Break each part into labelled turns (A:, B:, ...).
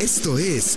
A: Esto es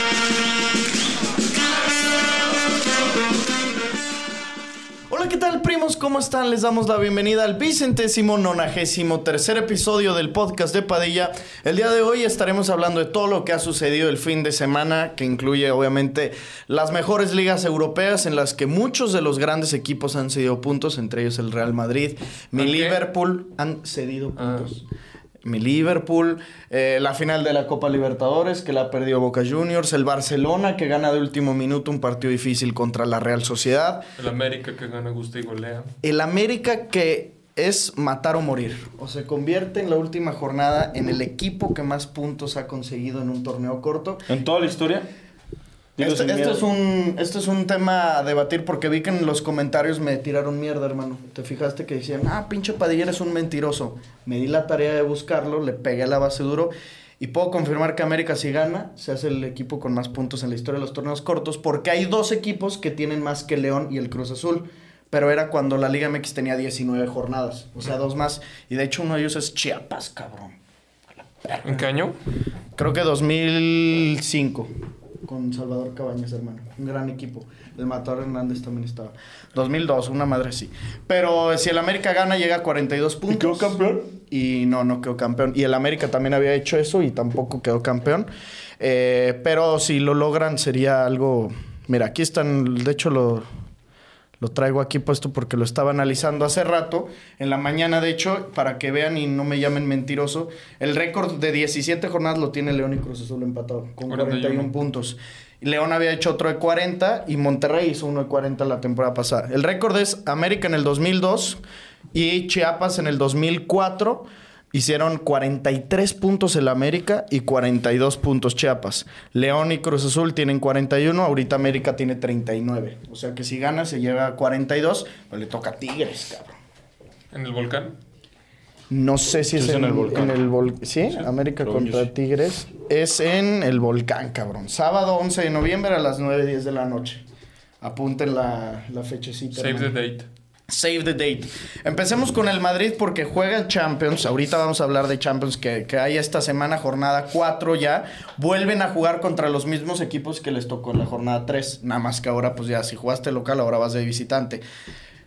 B: Hola, ¿qué tal, primos? ¿Cómo están? Les damos la bienvenida al vicentésimo nonagésimo tercer episodio del podcast de Padilla. El día de hoy estaremos hablando de todo lo que ha sucedido el fin de semana, que incluye obviamente las mejores ligas europeas en las que muchos de los grandes equipos han cedido puntos, entre ellos el Real Madrid, mi
C: ¿Por qué? Ah.
B: Liverpool han cedido puntos. Mi Liverpool, eh, la final de la Copa Libertadores que la perdió Boca Juniors, el Barcelona que gana de último minuto un partido difícil contra la Real Sociedad,
C: El América que gana, gusta y golea.
B: el América que es matar o morir. O se convierte en la última jornada en el equipo que más puntos ha conseguido en un torneo corto.
D: ¿En toda la historia? Digo,
B: Esto,
D: sin
B: Este, esto
D: miedo.
B: es un, esto es un tema a debatir porque vi que en los comentarios me tiraron mierda, hermano. ¿Te fijaste que decían, ah, pinche Padilla eres un mentiroso? Me di la tarea de buscarlo, le pegué a la base duro y puedo confirmar que América si gana, se hace el equipo con más puntos en la historia de los torneos cortos porque hay dos equipos que tienen más que León y el Cruz Azul. Pero era cuando la Liga MX tenía 19 jornadas, o sea, dos más. Y de hecho uno de ellos es Chiapas, cabrón.
C: ¿En qué año?
B: Creo que 2005. Con Salvador Cabañas, hermano. Un gran equipo. El Matador Hernández también estaba. 2002, una madre así. Pero si el América gana, llega a 42 puntos.
D: ¿Y quedó campeón?
B: Y no, no quedó campeón. Y el América también había hecho eso y tampoco quedó campeón. Eh, pero si lo logran, sería algo. Mira, aquí están. De hecho, lo, lo traigo aquí puesto porque lo estaba analizando hace rato, en la mañana de hecho, para que vean y no me llamen mentiroso. El récord de 17 jornadas lo tiene León y Cruz Azul empatado, con 41,
C: 41
B: puntos. León había hecho otro de 40 y Monterrey hizo uno de 40 la temporada pasada. El récord es América en el 2002 y Chiapas en el 2004. Hicieron 43 puntos el América y 42 puntos Chiapas. León y Cruz Azul tienen 41, ahorita América tiene 39. O sea que si gana se lleva a 42, pues le toca a Tigres, cabrón.
C: ¿En el volcán?
B: No sé si es, en, el volcán. ¿Sí? América
D: creo yo
B: contra
D: sí.
B: Tigres. Es en el volcán, cabrón. Sábado 11 de noviembre a las 9.10 de la noche. Apunten la, la fechecita.
C: Save the
B: hermano.
C: date.
B: Save the date. Empecemos con el Madrid porque juega el Champions. Ahorita vamos a hablar de Champions que, que hay esta semana, jornada 4 ya. Vuelven a jugar contra los mismos equipos que les tocó en la jornada 3. Nada más que ahora, pues ya, si jugaste local, ahora vas de visitante.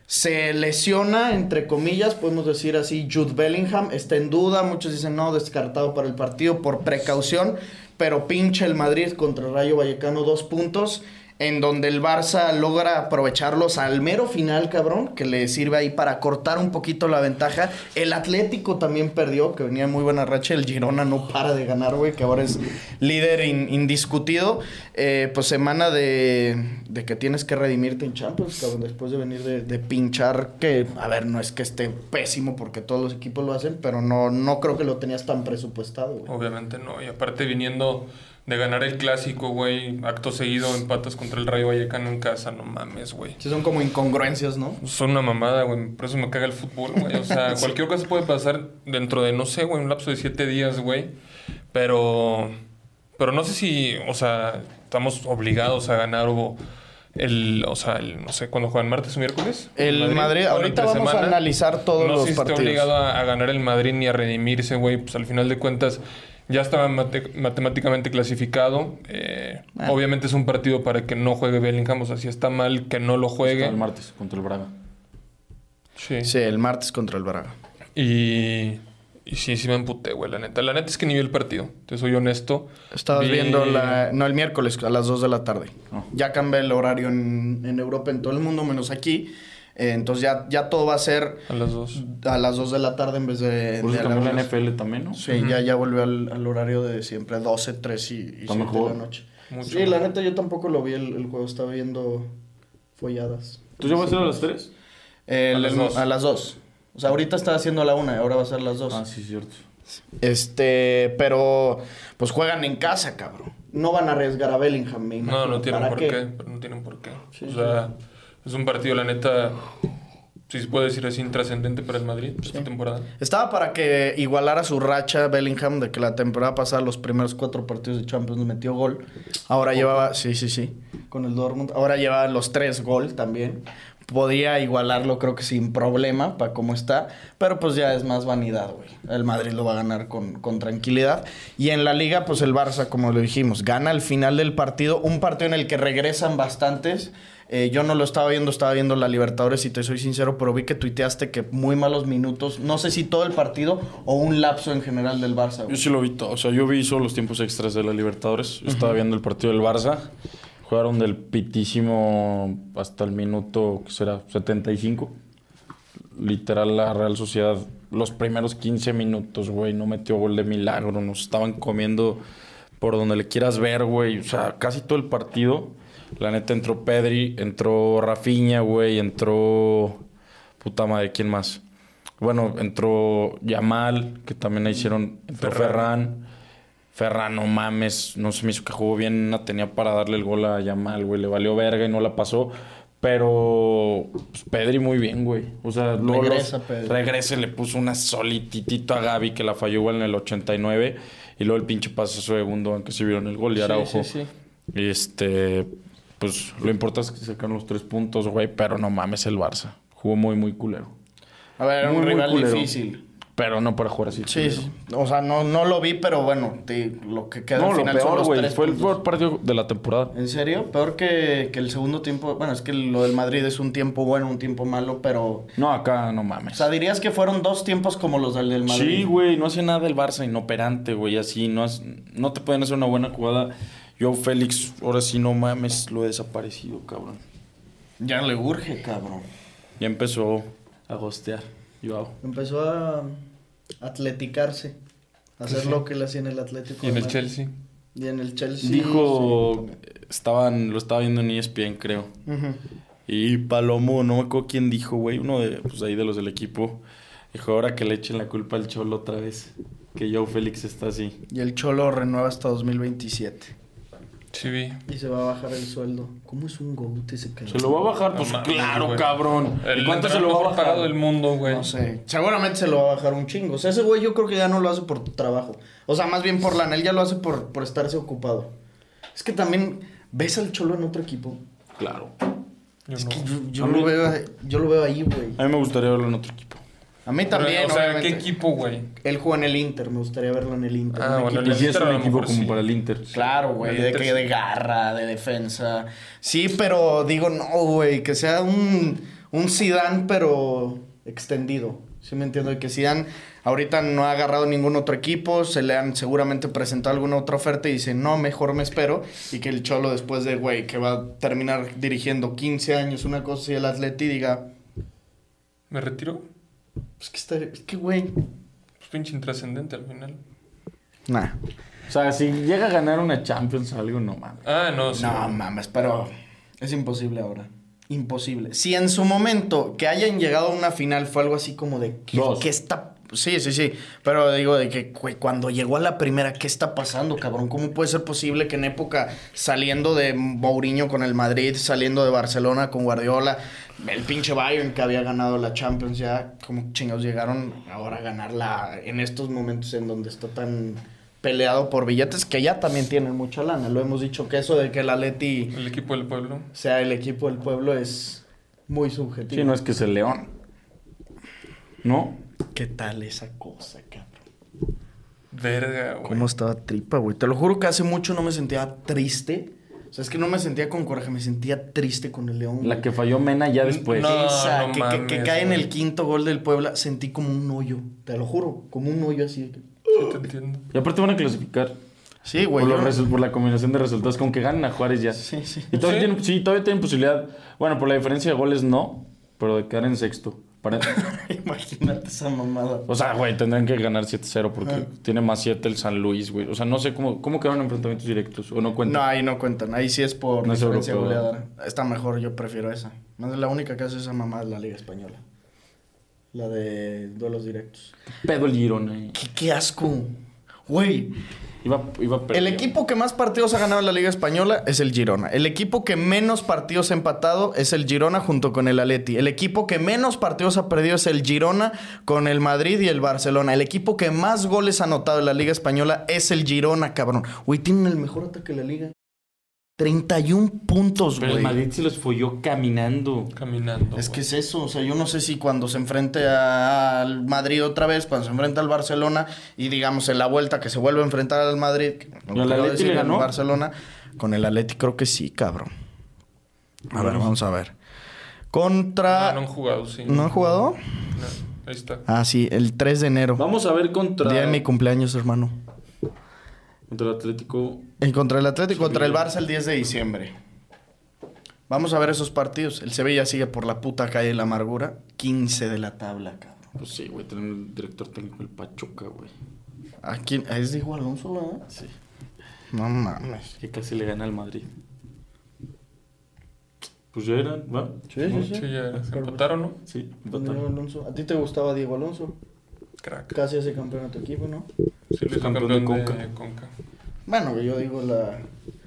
B: Se lesiona, entre comillas, podemos decir así, Jude Bellingham. Está en duda. Muchos dicen, no, descartado para el partido por precaución. Pero pinche el Madrid contra el Rayo Vallecano, dos puntos. En donde el Barça logra aprovecharlos al mero final, cabrón, que le sirve ahí para cortar un poquito la ventaja. El Atlético también perdió, que venía en muy buena racha. El Girona no para de ganar, güey, que ahora es líder in- indiscutido. Eh, pues semana de, de que tienes que redimirte en Champions, cabrón, después de venir de, de pinchar, que, a ver, no es que esté pésimo porque todos los equipos lo hacen, pero no, no creo que lo tenías tan presupuestado, güey.
C: Obviamente no. Y aparte viniendo de ganar el clásico, güey. Acto seguido, empatas contra el Rayo Vallecano en casa. No mames, güey.
B: Sí, son como incongruencias, ¿no?
C: pues, Son una mamada, güey. Por eso me caga el fútbol, güey. O sea, cualquier cosa puede pasar dentro de, no sé, güey, un lapso de siete días, güey. Pero. Pero no sé si, o sea, estamos obligados a ganar o. El, o sea, el- no sé, cuando juegan martes o miércoles.
B: El Madrid,
C: juegan
B: ahorita
C: entre
B: vamos a analizar todos
C: no
B: los
C: sé si esté
B: partidos.
C: obligado a, a ganar el Madrid ni a redimirse, güey. Pues al final de cuentas ya estaba mate- matemáticamente clasificado. Eh,
B: Bueno.
C: Obviamente es un partido para que no juegue Bellingham. O sea, si está mal, que no lo juegue.
D: Hasta el martes contra el Braga.
C: Sí.
B: Sí, el martes contra el Braga.
C: Y, y sí, sí me emputé, güey, la neta. La neta es que ni vi el partido, te soy honesto.
B: Estabas
C: Vi- Oh.
B: viendo la... No, el miércoles a las 2 de la tarde.
D: No.
B: Ya cambia el horario en, en Europa, en todo el mundo, menos aquí. Eh, entonces ya, ya todo va a ser
C: A las dos.
B: a las 2 de la tarde en vez de...
D: Por
B: de
C: Pues
D: eso
B: a
D: cambió
B: las
D: la
B: dos.
D: NFL también, ¿no?
B: Sí, ya, ya volvió al, al horario de siempre, 12, 3 y, y 7 de
D: mejor.
B: la noche.
C: Mucho
B: sí, la
C: mejor.
B: neta yo tampoco lo vi el, el juego, estaba viendo folladas.
D: ¿Tú ya vas a ir a las 3?
B: El-
C: A las
B: el-
C: dos.
B: a las 2. O sea, ahorita está haciendo la 1, ahora va a ser las 2.
D: Ah, sí, cierto.
B: Este, pero pues juegan en casa, cabrón. No van a arriesgar a Bellingham, me
C: No,
B: imagino.
C: no tienen
B: ¿Para
C: por qué? pero no tienen por qué. o sea, es un partido, la neta, si se puede decir así, intrascendente para el Madrid esta temporada.
B: Estaba para que igualara su racha Bellingham de que la temporada pasada los primeros cuatro partidos de Champions metió gol. Ahora llevaba, sí, sí, sí, con el Dortmund. Ahora llevaba los tres gol también. podía igualarlo, creo que sin problema, para cómo está. Pero pues ya es más vanidad, güey. El Madrid lo va a ganar con, con tranquilidad. Y en la liga, pues el Barça, como lo dijimos, gana al final del partido. Un partido en el que regresan bastantes. Eh, yo no lo estaba viendo, estaba viendo la Libertadores y te soy sincero, pero vi que tuiteaste que muy malos minutos, no sé si todo el partido o un lapso en general del Barça.
D: Yo
B: güey.
D: sí lo vi todo. O sea, yo vi solo los tiempos extras de la Libertadores. Yo Estaba viendo el partido del Barça. Jugaron del pitísimo hasta el minuto, que será? 75. Literal, la Real Sociedad, los primeros 15 minutos, güey, no metió gol de milagro. Nos estaban comiendo por donde le quieras ver, güey. O sea, casi todo el partido. La neta entró Pedri, entró Rafinha, güey, entró. Puta madre, ¿quién más? Bueno, entró Yamal, que también la hicieron. Entró Ferran. Ferran, no mames, no se me hizo que jugó bien. La tenía para darle el gol a Yamal, güey. Le valió verga y no la pasó. Pero pues, Pedri muy bien, güey. O sea, luego
B: Regresa,
D: los-
B: Pedri.
D: regrese, le puso una solititito a Gaby que la falló igual en el 89. Y luego el pinche pase segundo, aunque se vieron el gol y
B: Sí,
D: Araujo.
B: sí, sí.
D: Y este, pues lo importante es que sacaron los tres puntos, güey. Pero no mames el Barça. Jugó muy, muy culero.
B: A ver, era un
D: Muy, muy
B: rival
D: culero.
B: difícil.
D: Pero no para jugar así.
B: Sí,
D: culero.
B: sí. o sea, no, no lo vi, pero bueno, te- lo que queda
D: No,
B: al
D: lo
B: final son
D: peor,
B: los
D: güey.
B: tres
D: Fue el
B: puntos.
D: peor partido de la temporada.
B: ¿En serio? Peor que, que el segundo tiempo. Bueno, es que lo del Madrid es un tiempo bueno, un tiempo malo, pero.
D: No, acá no
B: O
D: mames.
B: sea, dirías que fueron dos tiempos como los del, del Madrid.
D: Sí, güey, no hace nada el Barça inoperante, güey, así, no, hace- no te pueden hacer una buena jugada. Yo, Félix, ahora sí, no mames, lo he desaparecido, cabrón.
B: Ya le urge, cabrón.
D: Ya empezó a gostear, yo hago.
B: Empezó a atleticarse. A hacer lo que le hacía en el Atlético.
C: Y en
B: de
C: el
B: Madrid.
C: Chelsea.
B: Y en el Chelsea.
D: Dijo,
B: sí,
D: estaban, lo estaba viendo en E ESPN, creo.
B: también. Ujú.
D: Y Palomo, no me acuerdo quién dijo, güey, uno de, pues, ahí de los del equipo, dijo, ahora que le echen la culpa al Cholo otra vez, que yo, Félix, está así.
B: Y el Cholo renueva hasta 2027.
C: Sí, vi.
B: Y se va a bajar el sueldo. ¿Cómo es un goat ese cabrón?
D: ¿Se lo va a bajar?
C: No
D: Pues
C: mames,
D: claro,
C: güey.
D: cabrón.
C: El
D: ¿Y cuánto se lo va a
C: pagado
D: bajar?
C: del mundo, güey.
B: No sé. Seguramente se lo va a bajar un chingo. O sea, ese güey yo creo que ya no lo hace por tu trabajo. O sea, más bien por lana. Él ya lo hace por, por estarse ocupado. Es que también ves al cholo en otro equipo.
D: Claro.
C: Yo
B: es
C: no.
B: que yo, yo
D: A
B: lo
D: mí-
B: veo, yo lo veo ahí, güey.
D: A mí me gustaría verlo en otro equipo.
B: A mí
C: Pero,
B: también.
C: o sea, ¿qué
B: obviamente.
C: equipo, güey?
B: Él juega en el Inter. Me gustaría verlo en el Inter.
C: Ah,
B: Un
C: bueno,
B: equipo-
C: el
D: Y si es
C: Inter a
D: un
C: lo
D: equipo
C: mejor
D: como
C: sí.
D: para el Inter.
B: Claro, güey,
C: El
B: de
C: Inter
B: que
C: sí.
B: de garra, de defensa. Sí, pero digo, no, güey, que sea un, un Zidane, pero extendido. ¿Sí me entiendo? Y que Zidane ahorita no ha agarrado ningún otro equipo, se le han seguramente presentado alguna otra oferta y dice, no, mejor me espero. Y que el Cholo después de, güey, que va a terminar dirigiendo 15 años una cosa y el Atleti diga,
C: ¿Me retiro?
B: pues que está, es que, güey,
C: Pues pinche intrascendente al final.
B: nah.
D: O sea, si llega a ganar una Champions o algo, no mames.
C: Ah, no, sí.
B: No mames, pero es imposible ahora. Imposible. Si en su momento que hayan llegado a una final fue algo así como de que,
D: Dos.
B: ¿qué está. Sí, sí, sí. Pero digo de que güey, cuando llegó a la primera, ¿qué está pasando, cabrón? ¿Cómo puede ser posible que en época saliendo de Mourinho con el Madrid, saliendo de Barcelona con Guardiola, el pinche Bayern que había ganado la Champions ya, como chingados llegaron ahora a ganarla en estos momentos en donde está tan peleado por billetes que ya también tienen mucha lana. Lo hemos dicho que eso de que el Atleti
C: El equipo del pueblo.
B: sea el equipo del pueblo es muy subjetivo.
D: Sí, no es que es el León. ¿No?
B: ¿Qué tal esa cosa, cabrón?
C: Verga, güey.
B: ¿Cómo estaba tripa, güey? Te lo juro que hace mucho no me sentía triste. O sea, es que no me sentía con coraje, me sentía triste con el León.
D: La que falló Mena
B: Mm,
D: ya después.
C: No.
B: Esa, que, que- que
C: mames,
B: cae en
C: güey.
B: el quinto gol del Puebla, sentí como un hoyo. Te lo juro, como un hoyo así. de que-
C: Sí, te entiendo.
D: Y aparte van a clasificar.
B: Sí,
D: Por,
B: güey.
D: los
B: yo-
D: resu- por la combinación de resultados, con que ganen a Juárez ya.
B: Sí, sí.
D: Y todavía,
C: Sí.
D: Tienen, sí, todavía tienen posibilidad. Bueno, por la diferencia de goles no, pero de quedar en sexto. Para-
B: Imagínate esa mamada.
D: O sea, güey, tendrán que ganar 7-0 porque
B: Ah.
D: tiene más 7 el San Luis, güey. O sea, no sé cómo, cómo quedaron enfrentamientos directos. O no
B: No,
D: cuentan.
B: ahí no cuentan. Ahí sí es por
D: No es
B: diferencia
D: europeo.
B: goleadora. Está mejor, yo prefiero esa. Más de la única que hace esa mamá es la Liga Española. La de duelos directos.
D: Pedo el Girona. eh.
B: ¡Qué, qué asco! Güey,
D: Iba, iba
B: el
D: perdiendo.
B: equipo que más partidos ha ganado en la Liga Española es el Girona. El equipo que menos partidos ha empatado es el Girona junto con el Aleti. El equipo que menos partidos ha perdido es el Girona con el Madrid y el Barcelona. El equipo que más goles ha anotado en la Liga Española es el Girona, cabrón. Güey, tienen el mejor ataque de la liga. 31 puntos,
D: Pero el
B: güey.
D: Madrid se los folló caminando.
C: Caminando.
B: Es que
C: güey.
B: es eso, o sea, yo no sé si cuando se enfrente a- al Madrid otra vez, cuando se enfrenta al Barcelona y digamos en la vuelta que se vuelve a enfrentar al Madrid, que no
D: ¿Y al
B: quiero
D: Atleti
B: decir
D: le
B: al
D: ganó?
B: Barcelona, con el Atleti creo que sí, cabrón. A ver, vamos a ver. Contra...
C: Ah, no han jugado, sí.
B: ¿No han jugado?
C: No, ahí está.
B: Ah, sí, el 3 de enero.
D: Vamos a ver contra,
B: Día de mi cumpleaños, hermano.
D: contra el Atlético.
B: Y contra el Atlético, contra el Barça el 10 de diciembre. Vamos a ver esos partidos. El Sevilla sigue por la puta calle de la amargura. 15 de la tabla, cabrón.
D: Pues sí, güey, tener el director técnico del Pachuca, güey.
B: ¿A quién? Ah, ¿Es de Hugo Alonso, verdad?
D: Sí.
B: No mames.
D: Que casi le gana al Madrid. Pues ya eran, ¿va?
C: Sí, ya
B: Ah,
C: se empataron, ¿no?
D: Sí,
B: Diego
D: empataron.
B: Alonso. ¿A ti te gustaba Diego Alonso?
C: Crack.
B: Casi hace campeón a tu equipo, ¿no?
D: Sí,
C: Fue
D: campeón de Conca.
C: Conca.
B: Bueno, yo digo la...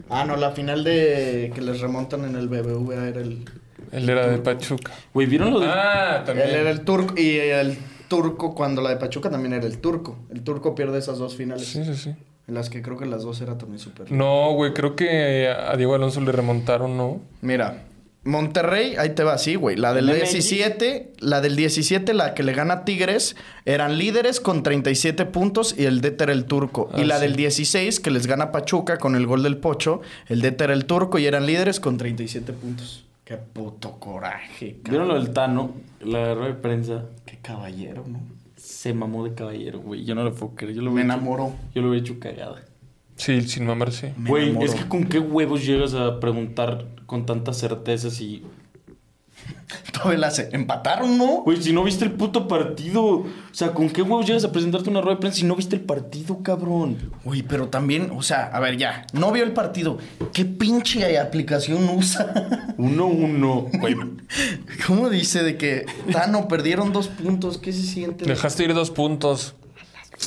B: Ah, no, la final de que les remontan en el BBVA era el...
C: Él era de Pachuca.
D: Güey, ¿vieron lo de...?
C: Ah, también.
B: Él era el turco y el turco cuando la de Pachuca también era el turco. El turco pierde esas dos finales.
C: Sí, sí, sí.
B: En las que creo que las dos era también súper.
C: No, güey, creo que a Diego Alonso le remontaron, ¿no?
B: Mira, Monterrey, ahí te va así, güey. La del
D: MX.
B: 17, la del 17, la que le gana a Tigres, eran líderes con 37 puntos y el DT era el turco.
C: Ah,
B: y la
C: sí.
B: del 16, que les gana a Pachuca con el gol del Pocho, el DT era el turco y eran líderes con 37 puntos. Qué puto coraje,
D: ¿Vieron lo
B: cabrón.
D: del Tano? La rueda de prensa.
B: Qué caballero, ¿no?
D: Se mamó de caballero, güey. Yo no lo puedo creer. Yo lo
B: Me
D: hubiera
B: enamoró.
D: hecho- yo lo hubiera hecho cagada.
C: Sí, sin mamarse.
B: Me
D: Güey,
B: enamoró.
D: es que con qué huevos llegas a preguntar con tanta certeza si...
B: Todavía la hace. Empataron, ¿no?
D: Güey, si no viste el puto partido. O sea, ¿con qué huevos llegas a presentarte una rueda de prensa si no viste el partido, cabrón?
B: Uy, pero también, o sea, a ver, ya, no vio el partido. ¿Qué pinche aplicación usa?
D: Uno, uno. Güey,
B: ¿Cómo dice de que Tano perdieron dos puntos? ¿Qué se siente?
C: Dejaste ir dos puntos.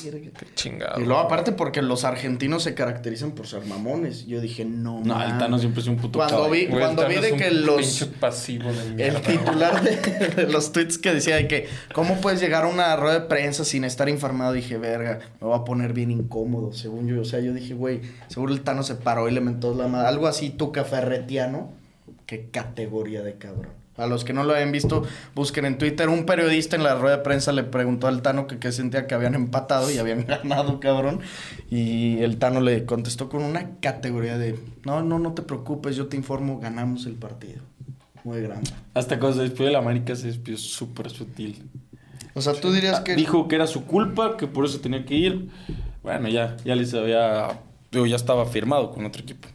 B: Verga.
C: Qué chingado.
B: Y luego, aparte, porque los argentinos se caracterizan por ser mamones. Yo dije, no.
D: No, el
B: mames.
D: Tano siempre es un puto
B: Cuando
D: caballo.
B: vi,
C: Güey,
B: cuando vi
C: Tano es
B: de
C: un
B: que los.
C: pinche pasivo de mierda,
B: El
C: güey.
B: titular de, de los tweets que decía de que, ¿cómo puedes llegar a una rueda de prensa sin estar informado? Dije, verga, me va a poner bien incómodo, según yo. O sea, yo dije, güey, seguro el Tano se paró y le mentó la madre. Algo así, Tuca Ferretiano. Qué categoría de cabrón. A los que no lo hayan visto, busquen en Twitter. Un periodista en la rueda de prensa le preguntó al Tano que qué sentía que habían empatado y habían ganado, cabrón. Y el Tano le contestó con una categoría de: No, no, no te preocupes, yo te informo, ganamos el partido. Muy grande.
D: Hasta cuando se despidió de la América se despidió súper sutil.
B: O sea, tú dirías que.
D: Ah, Dijo que era su culpa, que por eso tenía que ir. Bueno, ya, ya les había... Digo, ya estaba firmado con otro equipo.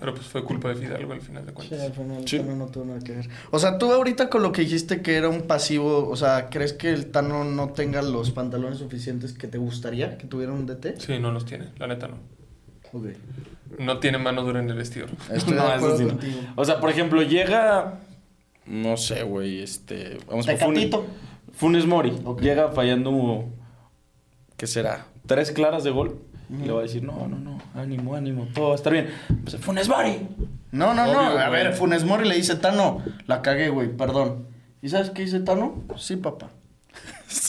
C: Pero pues fue culpa de Fidalgo al final de
B: Sí,
C: cuentas.
B: al final el
D: Sí.
B: Tano no tuvo nada que ver. O sea, tú ahorita con lo que dijiste que era un pasivo, o sea, ¿crees que el Tano no tenga los pantalones suficientes que te gustaría que tuviera un DT?
C: Sí, no los tiene, la neta no.
B: Ok.
C: No tiene mano dura en el vestidor.
B: Estoy
D: No,
B: de
D: eso
B: acuerdo
D: sí no.
B: contigo.
D: O sea, por ejemplo, llega. No sé, güey, este. Vamos por Funes,
B: Tecatito.
D: Funes Mori.
B: Ok.
D: Llega fallando. ¿Qué será? Tres claras de gol. Y le va a decir, no, no, no, ánimo, ánimo, todo va a estar bien. Pues Funes Mori.
B: No, no, no.
C: Obvio,
B: a
C: güey.
B: ver, Funes Mori le dice Tano, la cagué, güey, perdón. ¿Y sabes qué dice Tano? Sí, papá.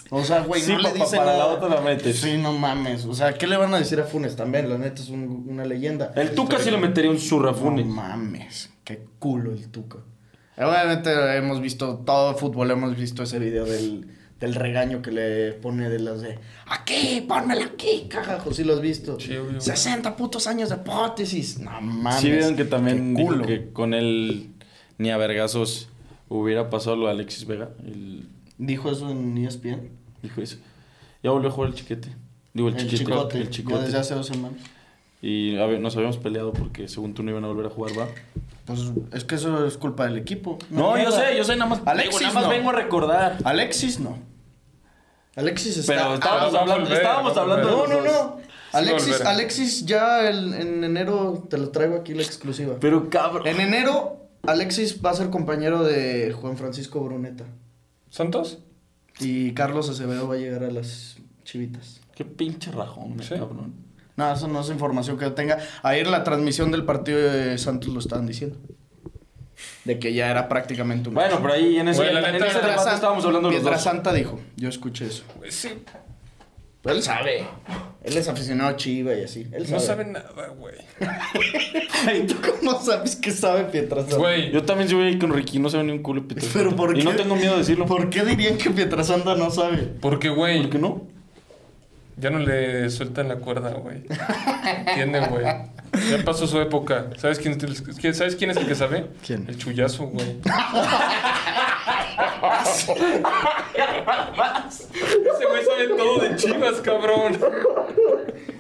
B: O sea, güey,
D: Sí,
B: no le
D: papá,
B: dice
D: para la
B: nada.
D: otra la metes.
B: Sí, no mames. O sea, ¿qué le van a decir a Funes también? La neta es un- una leyenda.
D: El Tuca sí le metería un zurra a Funes.
B: No mames, qué culo el Tuca. Eh, Obviamente hemos visto todo el fútbol, hemos visto ese video del, del regaño que le pone de las de aquí, pónmela aquí, carajo, si lo has visto.
C: Sí, obvio.
B: 60 putos años de hipótesis. No mames.
D: sí, vieron que también
B: qué
D: dijo
B: culo.
D: que con él ni a vergazos hubiera pasado lo de Alexis Vega. El-
B: Dijo eso en E ESPN.
D: dijo eso. Ya volvió a jugar el chiquete. Digo, el,
B: El,
D: chiquete.
B: chicote.
D: El chicote.
B: Ya desde hace dos semanas.
D: Y a ver, nos habíamos peleado porque según tú no iban a volver a jugar, ¿va?
B: Pues es que eso es culpa del equipo.
D: No, yo
B: mierda.
D: sé, yo sé, nada más.
B: Alexis,
D: nada más
B: no.
D: vengo a recordar.
B: Alexis no. Alexis está.
D: Pero estábamos
C: va a
D: hablando,
C: volver,
D: estábamos
C: va a
D: hablando de
B: No,
D: los
B: no,
D: dos.
B: no.
C: Sí,
B: Alexis,
C: volver.
B: Alexis ya el- en enero te lo traigo aquí la exclusiva.
D: Pero cabrón.
B: En enero, Alexis va a ser compañero de Juan Francisco Bruneta.
C: ¿Santos?
B: Y Carlos Acevedo va a llegar a las chivitas.
D: Qué pinche rajón, eh,
C: Sí.
D: cabrón.
B: No, eso no es información que yo tenga. Ayer en la transmisión del partido de Santos lo estaban diciendo. De que ya era prácticamente un...
D: Bueno, pero ahí en ese,
C: Güey, la
D: en
C: neta,
D: ese
C: mientras
D: debate
B: San-
D: estábamos hablando de los
B: mientras
D: dos.
B: Santa dijo, yo escuché eso.
C: Sí.
B: Pero él sabe. Él es aficionado a Chiva y así. Él
C: No
B: sabe.
C: sabe nada, güey.
B: ¿Y tú cómo sabes que sabe Pietrasanta?
C: Güey,
D: Yo también si voy ahí con Ricky, no se ve ni un culo pito.
B: Pero ¿por qué?
D: Y no tengo miedo de decirlo.
B: ¿Por qué dirían que Pietrasanta no sabe?
C: porque, güey,
D: ¿Por qué no?
C: ya no le sueltan la cuerda, güey. ¿Entienden, güey? Ya pasó su época. ¿Sabes quién, quién- ¿Sabes quién es el que sabe?
B: ¿Quién?
C: El chullazo, güey. Ese güey sabe todo de chivas, cabrón.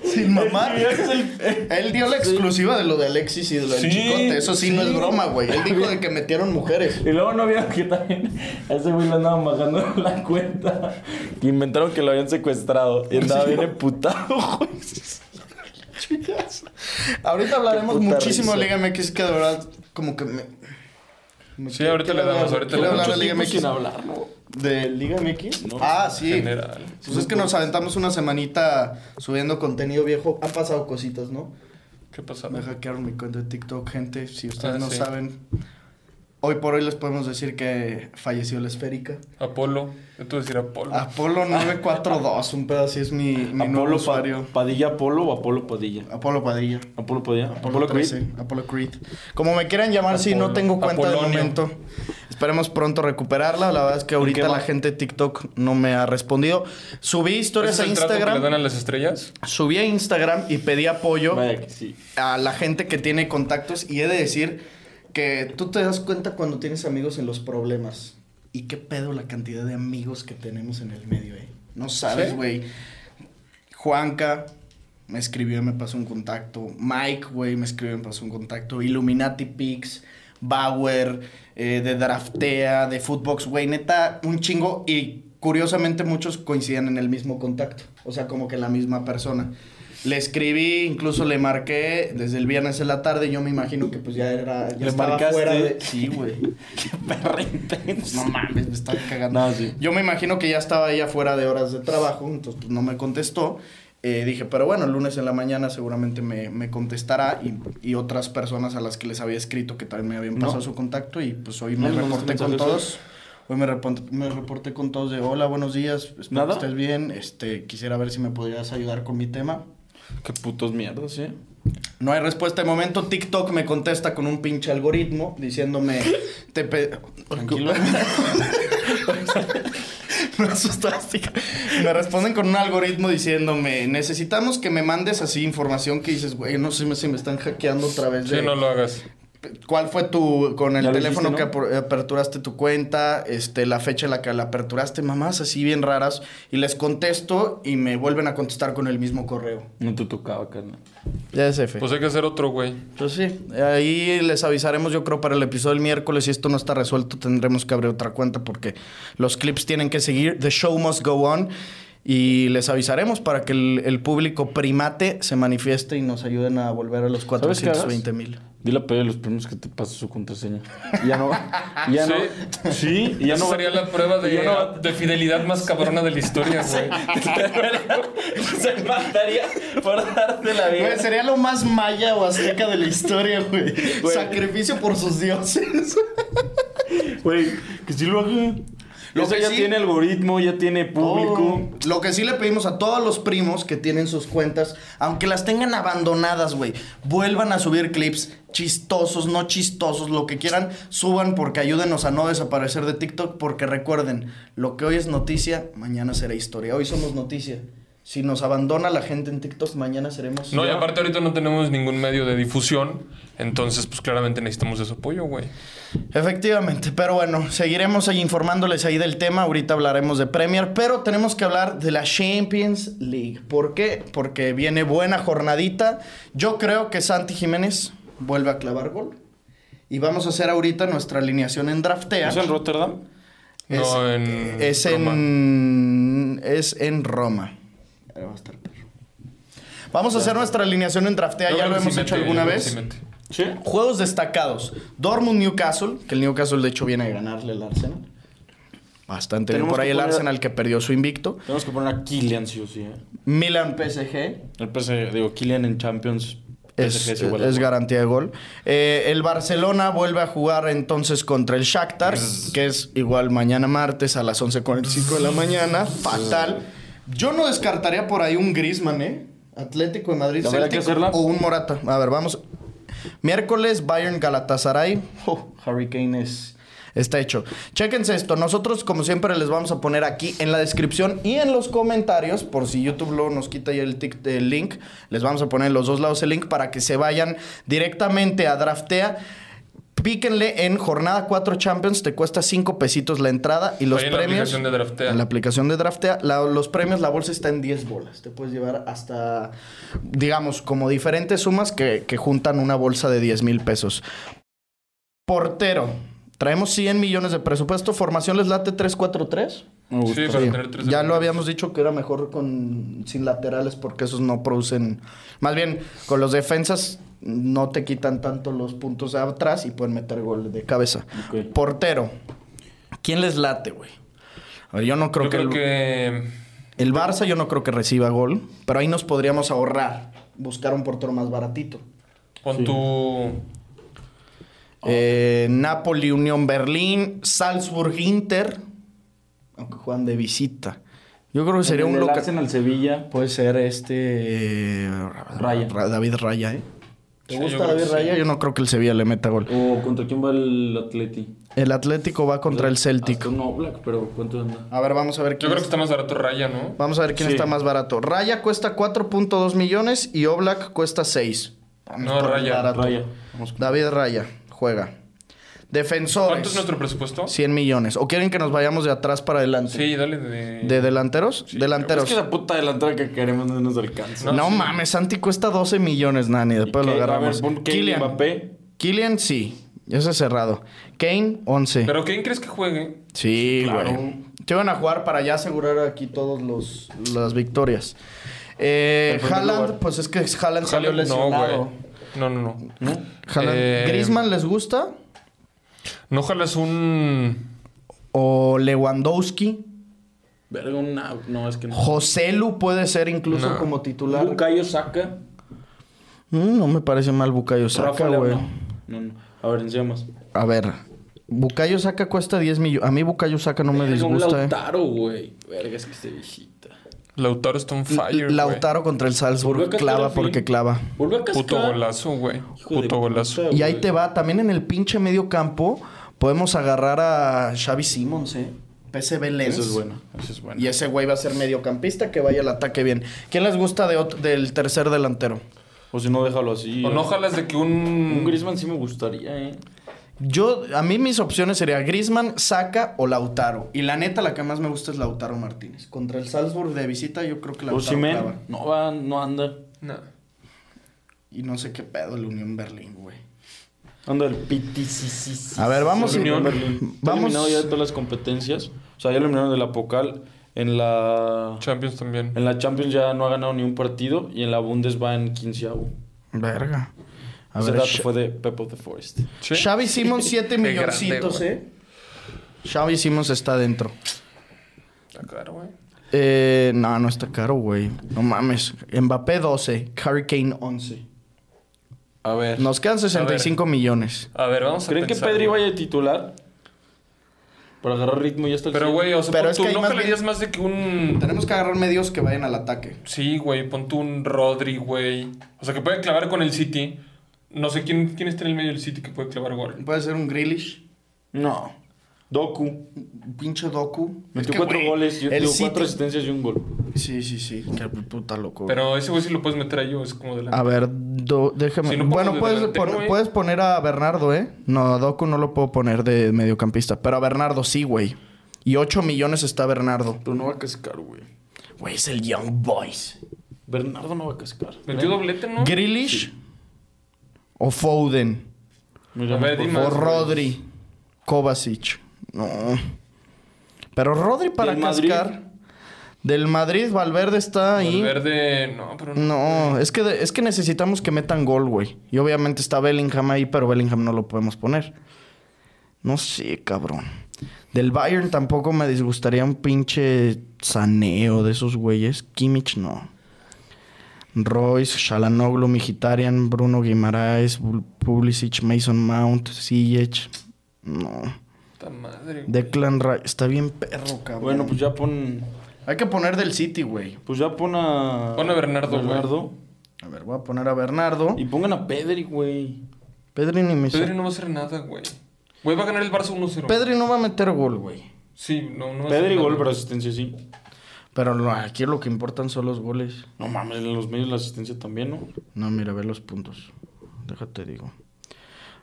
B: Sin mamá.
D: el...
B: Él dio la exclusiva de lo de Alexis y de lo del
C: Sí,
B: chicote. Eso sí, no es broma, güey. Él dijo de que metieron mujeres.
D: Y luego no vieron que también a ese güey le andaban bajando la cuenta. Que inventaron que lo habían secuestrado. Y andaba bien emputado, güey.
B: Ahorita hablaremos
D: Qué puta
B: muchísimo de
D: risa.
B: Liga MX que de verdad como que me... me
C: Sí,
B: quiero-
C: ahorita le
B: quiero
C: damos,
B: hablar-
C: ahorita
B: quiero
C: le
B: hablar
C: damos.
B: de Liga
D: Tiempo sin
B: MX.
D: hablar, ¿no?
B: ¿De Liga MX?
D: No,
B: ah, sí.
C: general.
B: Pues es que nos aventamos una semanita subiendo contenido viejo. Han pasado cositas, ¿no?
C: ¿Qué pasa?
B: Me hackearon mi cuenta de TikTok, gente. Si ustedes
C: Ah,
B: no
C: sí.
B: saben, hoy por hoy les podemos decir que falleció la esférica.
C: Apolo. Yo te voy a decir Apolo.
B: Apolo 942, un pedo así es mi, mi nuevo
D: Apolo Pa-
B: usuario.
D: Padilla Apolo o Apolo Padilla.
B: Apolo Padilla.
D: Apolo Padilla.
B: Apolo,
D: Apolo Creed.
B: 13, Apolo Creed. Como me quieran llamar, si no
C: Apolo-
B: tengo cuenta de
C: Apolonio.
B: momento. Esperemos pronto recuperarla. La verdad es que ahorita
D: qué va?
B: la gente de TikTok no me ha respondido. Subí
C: ¿Ese
B: historias
C: es
B: a
C: el trato que le
B: Instagram.
C: dan a las estrellas?
B: Subí a Instagram y pedí apoyo
D: Vaya que sí.
B: a la gente que tiene contactos y he de decir que tú te das cuenta cuando tienes amigos en los problemas. Y qué pedo la cantidad de amigos que tenemos en el medio, eh. No sabes,
C: ¿Sí?
B: güey. Juanca me escribió y me pasó un contacto. Mike, güey, me escribió y me pasó un contacto. Illuminati Pix, Bauer, eh, de Draftea, de Footbox, güey, neta, un chingo. Y curiosamente muchos coinciden en el mismo contacto. O sea, como que la misma persona. Le escribí, incluso le marqué desde el viernes en la tarde. Yo me imagino que pues ya era. Ya
D: ¿Le
B: estaba
D: marcaste?
B: fuera de. Sí, güey. Qué
D: Perra intensa.
B: pues, no mames, me está cagando.
D: No, sí.
B: Yo me imagino que ya estaba ella fuera de horas de trabajo, entonces pues, no me contestó. Eh, dije, pero bueno, el lunes en la mañana seguramente me, me contestará y, y otras personas a las que les había escrito que también me habían pasado
D: No.
B: su contacto y pues hoy me
D: No, no,
B: reporté
D: este
B: con
D: mensaje
B: todos. Hoy me reporté, me reporté con todos de hola, buenos días, espero que
D: ¿Nada?
B: estés bien. Este, quisiera ver si me podrías ayudar con mi tema.
D: Qué putos mierdas, ¿eh?
B: No hay respuesta de momento. TikTok me contesta con un pinche algoritmo diciéndome. Te pe- Tranquilo. me asustaste. Me responden con un algoritmo diciéndome: Necesitamos que me mandes así información que dices, güey, no sé si me- si me están hackeando otra vez. de-
C: Sí, no lo hagas.
B: ¿Cuál fue tu. con el
D: Ya lo
B: teléfono
D: hiciste, ¿no?
B: que apro- aperturaste tu cuenta? Este, la fecha en la que la aperturaste, mamás así bien raras. Y les contesto y me vuelven a contestar con el mismo correo.
D: No te tocaba, carnal.
B: Ya es F.
C: Pues hay que hacer otro, güey.
B: Pues sí, ahí les avisaremos yo creo para el episodio del miércoles. Si esto no está resuelto tendremos que abrir otra cuenta porque los clips tienen que seguir. The show must go on. Y les avisaremos para que el, el público primate se manifieste y nos ayuden a volver a los
D: ¿Sabes qué hagas?
B: 420 mil.
D: Dile a Pedro de los primos que te pase su contraseña. Y ya no. y ya no. Sí, y ya
C: Esa
D: no. va-
C: sería la prueba
D: y
C: de,
D: ya no va-
C: de fidelidad más cabrona de la historia, güey.
D: Se mataría por darte la
B: sería lo más maya o azteca de la historia, güey. Sacrificio por sus dioses.
D: Güey, que sí lo haga.
B: Lo
D: Lo
B: que
D: ya
B: sí-
D: tiene algoritmo, ya tiene público.
B: Oh. Lo que sí le pedimos a todos los primos que tienen sus cuentas, aunque las tengan abandonadas, güey, vuelvan a subir clips chistosos, no chistosos, lo que quieran, suban porque ayúdenos a no desaparecer de TikTok, porque recuerden, lo que hoy es noticia, mañana será historia. Hoy somos noticia. Si nos abandona la gente en TikTok, mañana seremos...
C: No, y aparte ahorita no tenemos ningún medio de difusión. Entonces, pues claramente necesitamos de su apoyo, güey.
B: Efectivamente, pero bueno, seguiremos ahí informándoles ahí del tema. Ahorita hablaremos de Premier, pero tenemos que hablar de la Champions League. ¿Por qué? Porque viene buena jornadita. Yo creo que Santi Jiménez vuelve a clavar gol. Y vamos a hacer ahorita nuestra alineación en draftea.
D: ¿Es en Rotterdam?
B: Es-
C: No, en
B: es
C: Roma.
B: en es en Roma. Ahora va a estar perro. Vamos a hacer nuestra alineación en draftea,
C: Yo
B: ya
C: creo
B: lo
C: que
B: hemos
C: sí
B: hecho
C: mete,
B: alguna
C: yo creo que
B: vez.
C: sí mete.
D: Sí.
B: Juegos destacados. Dortmund Newcastle, que el Newcastle de hecho viene a ganarle al Arsenal. Bastante bien
D: Tenemos
B: por ahí
D: que
B: el
D: poner-
B: Arsenal que perdió su invicto.
D: Tenemos que poner a Kylian, sí o sí. ¿eh?
B: Milan PSG.
D: El PSG, digo, Kylian en Champions.
B: Es,
D: PSG igual a-
B: es garantía de gol. Eh, el Barcelona vuelve a jugar entonces contra el Shakhtar, que es igual mañana martes a las 11.45 de la mañana. Fatal. Yo no descartaría por ahí un Griezmann, ¿eh? Atlético de Madrid,
D: A ver, hay que
B: Celtic
D: hacerla.
B: o un Morata. A ver, vamos. Miércoles, Bayern Galatasaray. Oh, Harry Kane es- Está hecho. Chéquense esto. Nosotros, como siempre, les vamos a poner aquí en la descripción y en los comentarios, por si YouTube luego nos quita ya el, tic- el link, les vamos a poner en los dos lados el link para que se vayan directamente a Draftea. Píquenle en jornada 4 Champions, te cuesta 5 pesitos la entrada y los
C: Ahí en la
B: premios.
C: aplicación de Draftea.
B: En la aplicación de Draftea, la- los premios, la bolsa está en 10 bolas. Te puedes llevar hasta, digamos, como diferentes sumas que, que juntan una bolsa de 10 mil pesos. Portero. Traemos 100 millones de presupuesto. Formación les late 3-4-3.
D: Me gusta.
C: Sí, para tener tres
B: Pues Ya lo
C: delanteros.
B: habíamos dicho que era mejor con sin laterales porque esos no producen. Más bien, con los defensas no te quitan tanto los puntos de atrás y pueden meter gol de cabeza.
D: Ok.
B: Portero. ¿Quién les late, güey? A ver, yo no creo
C: Yo
B: que.
C: creo
B: el-
C: que.
B: el Barça yo no creo que reciba gol, pero ahí nos podríamos ahorrar, buscar un portero más baratito.
C: Con tu.
B: Eh, Napoli, Unión Berlín, Salzburg, Inter, aunque juegan de visita. Yo creo que sería
D: En
B: un
D: el
B: local.
D: Arsenal Sevilla.
B: Puede ser este eh,
D: Raya.
B: Ra- David Raya, ¿eh? ¿Te
C: Sí, yo
B: gusta
C: creo
B: David
C: que sí.
B: Raya? Yo no creo que el Sevilla le meta gol.
D: ¿O contra quién va el Atleti?
B: El Atlético va contra el Celtic.
D: Aston Oblak, pero ¿cuánto anda?
B: A ver, vamos a ver
C: Yo
B: quién
C: creo que
B: es-
C: está más barato Raya, ¿no?
B: Vamos a ver quién
D: Sí.
B: está más barato. Raya cuesta 4.2 millones y Oblak cuesta 6. Vamos
C: No,
B: por el
C: Raya,
B: barato.
D: Raya. Vamos con-
B: David Raya juega. Defensores.
C: ¿Cuánto es nuestro presupuesto?
B: 100 millones. ¿O quieren que nos vayamos de atrás para adelante?
C: Sí, dale de.
B: ¿De delanteros?
D: Es
B: delanteros.
D: que la puta delantera que queremos no nos alcanza.
B: No,
C: No, sí.
B: mames, Santi cuesta 12 millones, Nani. Después lo
D: Kane,
B: agarramos.
D: a ver, pon Kane,
B: Kylian.
D: Mbappé.
B: Kylian, sí. Ya se ha cerrado. Kane, 11.
C: Pero ¿quién crees que juegue?
B: Sí,
D: Claro.
B: güey. Te van a jugar para ya asegurar aquí todos los las victorias. Eh,
D: En primer
B: Haaland,
D: lugar.
B: pues es que Haaland salió
C: no,
B: lesionado.
C: güey. No, no, no.
D: ¿No?
B: Haaland-
C: Eh,
B: ¿Griezmann les gusta?
C: ¿No jalas un.
B: ¿O Lewandowski?
D: Verga, una- No, es que no.
B: Joselu puede ser incluso
C: No.
B: como titular.
D: Bukayo Saka.
B: Mm, no me parece mal Bucayo
D: Rafa
B: Saka,
D: Leao,
B: güey.
D: No, no, no. A ver, encima más.
B: A ver, Bucayo Saka cuesta 10 millones. A mí Bucayo Saka no me
D: Verga, un
B: disgusta, eh.
D: Lautaro, güey. Verga, es que este esté viejita.
C: Lautaro está on fire. güey.
B: eh. Lautaro contra el
D: Volvió
B: Salzburg
D: a cascar al
B: clava
D: fin.
B: porque clava.
D: Vuelve a cascar.
C: Puto golazo, güey.
D: Hijo de
C: Puto golazo.
D: puta,
B: Y ahí
D: güey.
B: te va, también en el pinche medio campo podemos agarrar a Xavi Simons, eh. PSV Lens.
D: Eso es bueno. Eso es bueno.
B: Y ese güey va a ser mediocampista que vaya al ataque bien. ¿Quién les gusta de ot- del tercer delantero?
D: O si no, déjalo así.
C: O no jalas de que un.
D: Un Griezmann sí me gustaría, eh.
B: Yo, a mí mis opciones serían Griezmann, Saka o Lautaro. Y la neta, la que más me gusta es Lautaro Martínez. Contra el Salzburg de visita, yo creo que
D: O
B: Lautaro clava.
D: Simen. No va, no anda.
C: No.
B: Y no sé qué pedo el Unión Berlín, güey.
D: Anda el piti, sí, sí, sí.
B: A ver, vamos-
D: El Unión
B: Unión.
D: Berlín. Está
B: Vamos-
D: eliminado ya de todas las competencias. O sea, ya eliminaron de la Pocal. En la...
C: Champions también.
D: En la Champions ya no ha ganado ni un partido. Y en la Bundes va en quinceavo.
B: Verga. A
D: Ese
B: ver,
D: dato
B: Sh-
D: fue de Pep of the Forest.
C: Sí.
B: Xavi Simons, 7
C: grande,
B: milloncitos,
C: güey.
B: ¿eh? Xavi Simons está dentro.
C: Está caro, Ah, güey.
B: Eh, no, no está caro, güey. No mames. Mbappé, 12. Harry Kane, 11.
D: A ver.
B: Nos quedan 65 millones.
C: A ver, vamos a
D: ¿Creen que
C: pensar,
D: Pedri
C: güey.
D: vaya a titular? Para agarrar ritmo y hasta el
C: Pero, güey, o sea,
B: Pero
C: pon
B: es
C: tú,
B: que hay
C: no
B: más
C: jalarías más de que un.
B: Tenemos que agarrar medios que vayan al ataque.
C: Sí, güey, pon tú un Rodri, güey. O sea, que puede clavar con el City. No sé quién, quién está en el medio del City que puede clavar gol.
B: Puede ser un Grealish.
D: No. Doku.
B: Un pinche Doku.
D: Metió cuatro
B: güey,
D: goles, yo
B: el
D: digo,
B: City-
D: cuatro este- asistencias y un gol.
B: Sí, sí, sí. Qué puta loco. güey.
C: Pero ese güey sí lo puedes meter ahí o es como de la.
B: A ver, do- déjame.
C: Si no
B: bueno,
C: pongo de
B: puedes,
C: delantero,
B: pon-
D: eh.
C: güey.
B: puedes poner a Bernardo, ¿eh? No, a Doku no lo puedo poner de mediocampista. Pero a Bernardo sí, güey. Y 8 millones está Bernardo.
D: Pero no va a cascar, güey.
B: Güey, es el Young Boys.
D: Bernardo no va a cascar.
C: Metió doblete, ¿no?
B: ¿Grealish? ¿O Foden?
D: Mira,
C: A ver,
D: por
C: dime.
D: favor.
B: ¿O
C: Más, güey.
B: Rodri? ¿Kovacic? No. Pero Rodri para
D: ¿Del Madrid?
B: cascar. Del Madrid, Valverde está ahí.
C: Verde, no, pero no.
B: No, es que, es que necesitamos que metan gol, güey. Y obviamente está Bellingham ahí, pero Bellingham no lo podemos poner. No sé, cabrón. Del Bayern tampoco me disgustaría un pinche saneo de esos güeyes. Kimmich no. Royce, Shalanoglu, Mijitarian, Bruno Guimaraes, Bul- Pulisic, Mason Mount, Ziyech. No.
C: Puta madre. güey.
B: Declan Rice. Está bien perro, cabrón.
D: Bueno, pues ya pon.
B: Hay que poner del City, güey.
D: Pues ya pon a.
C: Pon a Bernardo, güey.
D: Bernardo.
B: A ver, voy a poner a Bernardo.
D: Y pongan a Pedri, güey.
B: Pedri ni me
C: Pedri no va a hacer nada, güey. Güey, va a ganar el Barça 1-0.
B: Pedri no va a meter gol, güey.
C: Sí, no, no va a hacer
D: Pedri,
C: nada.
D: gol, pero asistencia sí.
B: Pero lo- aquí lo que importan son los goles.
D: No mames, en los medios la asistencia también, ¿no?
B: No, mira, ve los puntos. Déjate digo.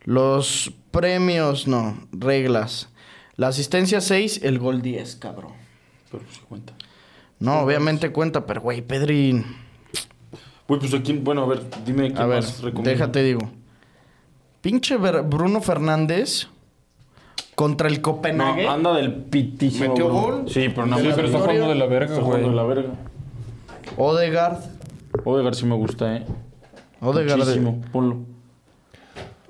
B: Los premios, no, reglas. La asistencia 6, el gol 10, cabrón.
D: Pero pues sí cuenta.
B: No, obviamente
D: pues.
B: cuenta, pero güey, Pedri.
D: Güey, pues aquí, bueno, a ver, dime quién
B: A ver,
D: más recomiendas.
B: déjate digo. Pinche Ver- Bruno Fernández contra el
D: No,
B: Copenhague.
D: anda del pitísimo.
B: ¿Metió
D: bro.
B: gol?
D: Sí, pero no
C: Sí,
D: mames.
C: pero está
B: Victoria.
C: jugando de la verga,
D: Está jugando de la
C: güey.
D: verga.
B: Odegaard.
D: Odegar sí me gusta, ¿eh?
B: Odegaard.
D: Muchísimo. Ponlo.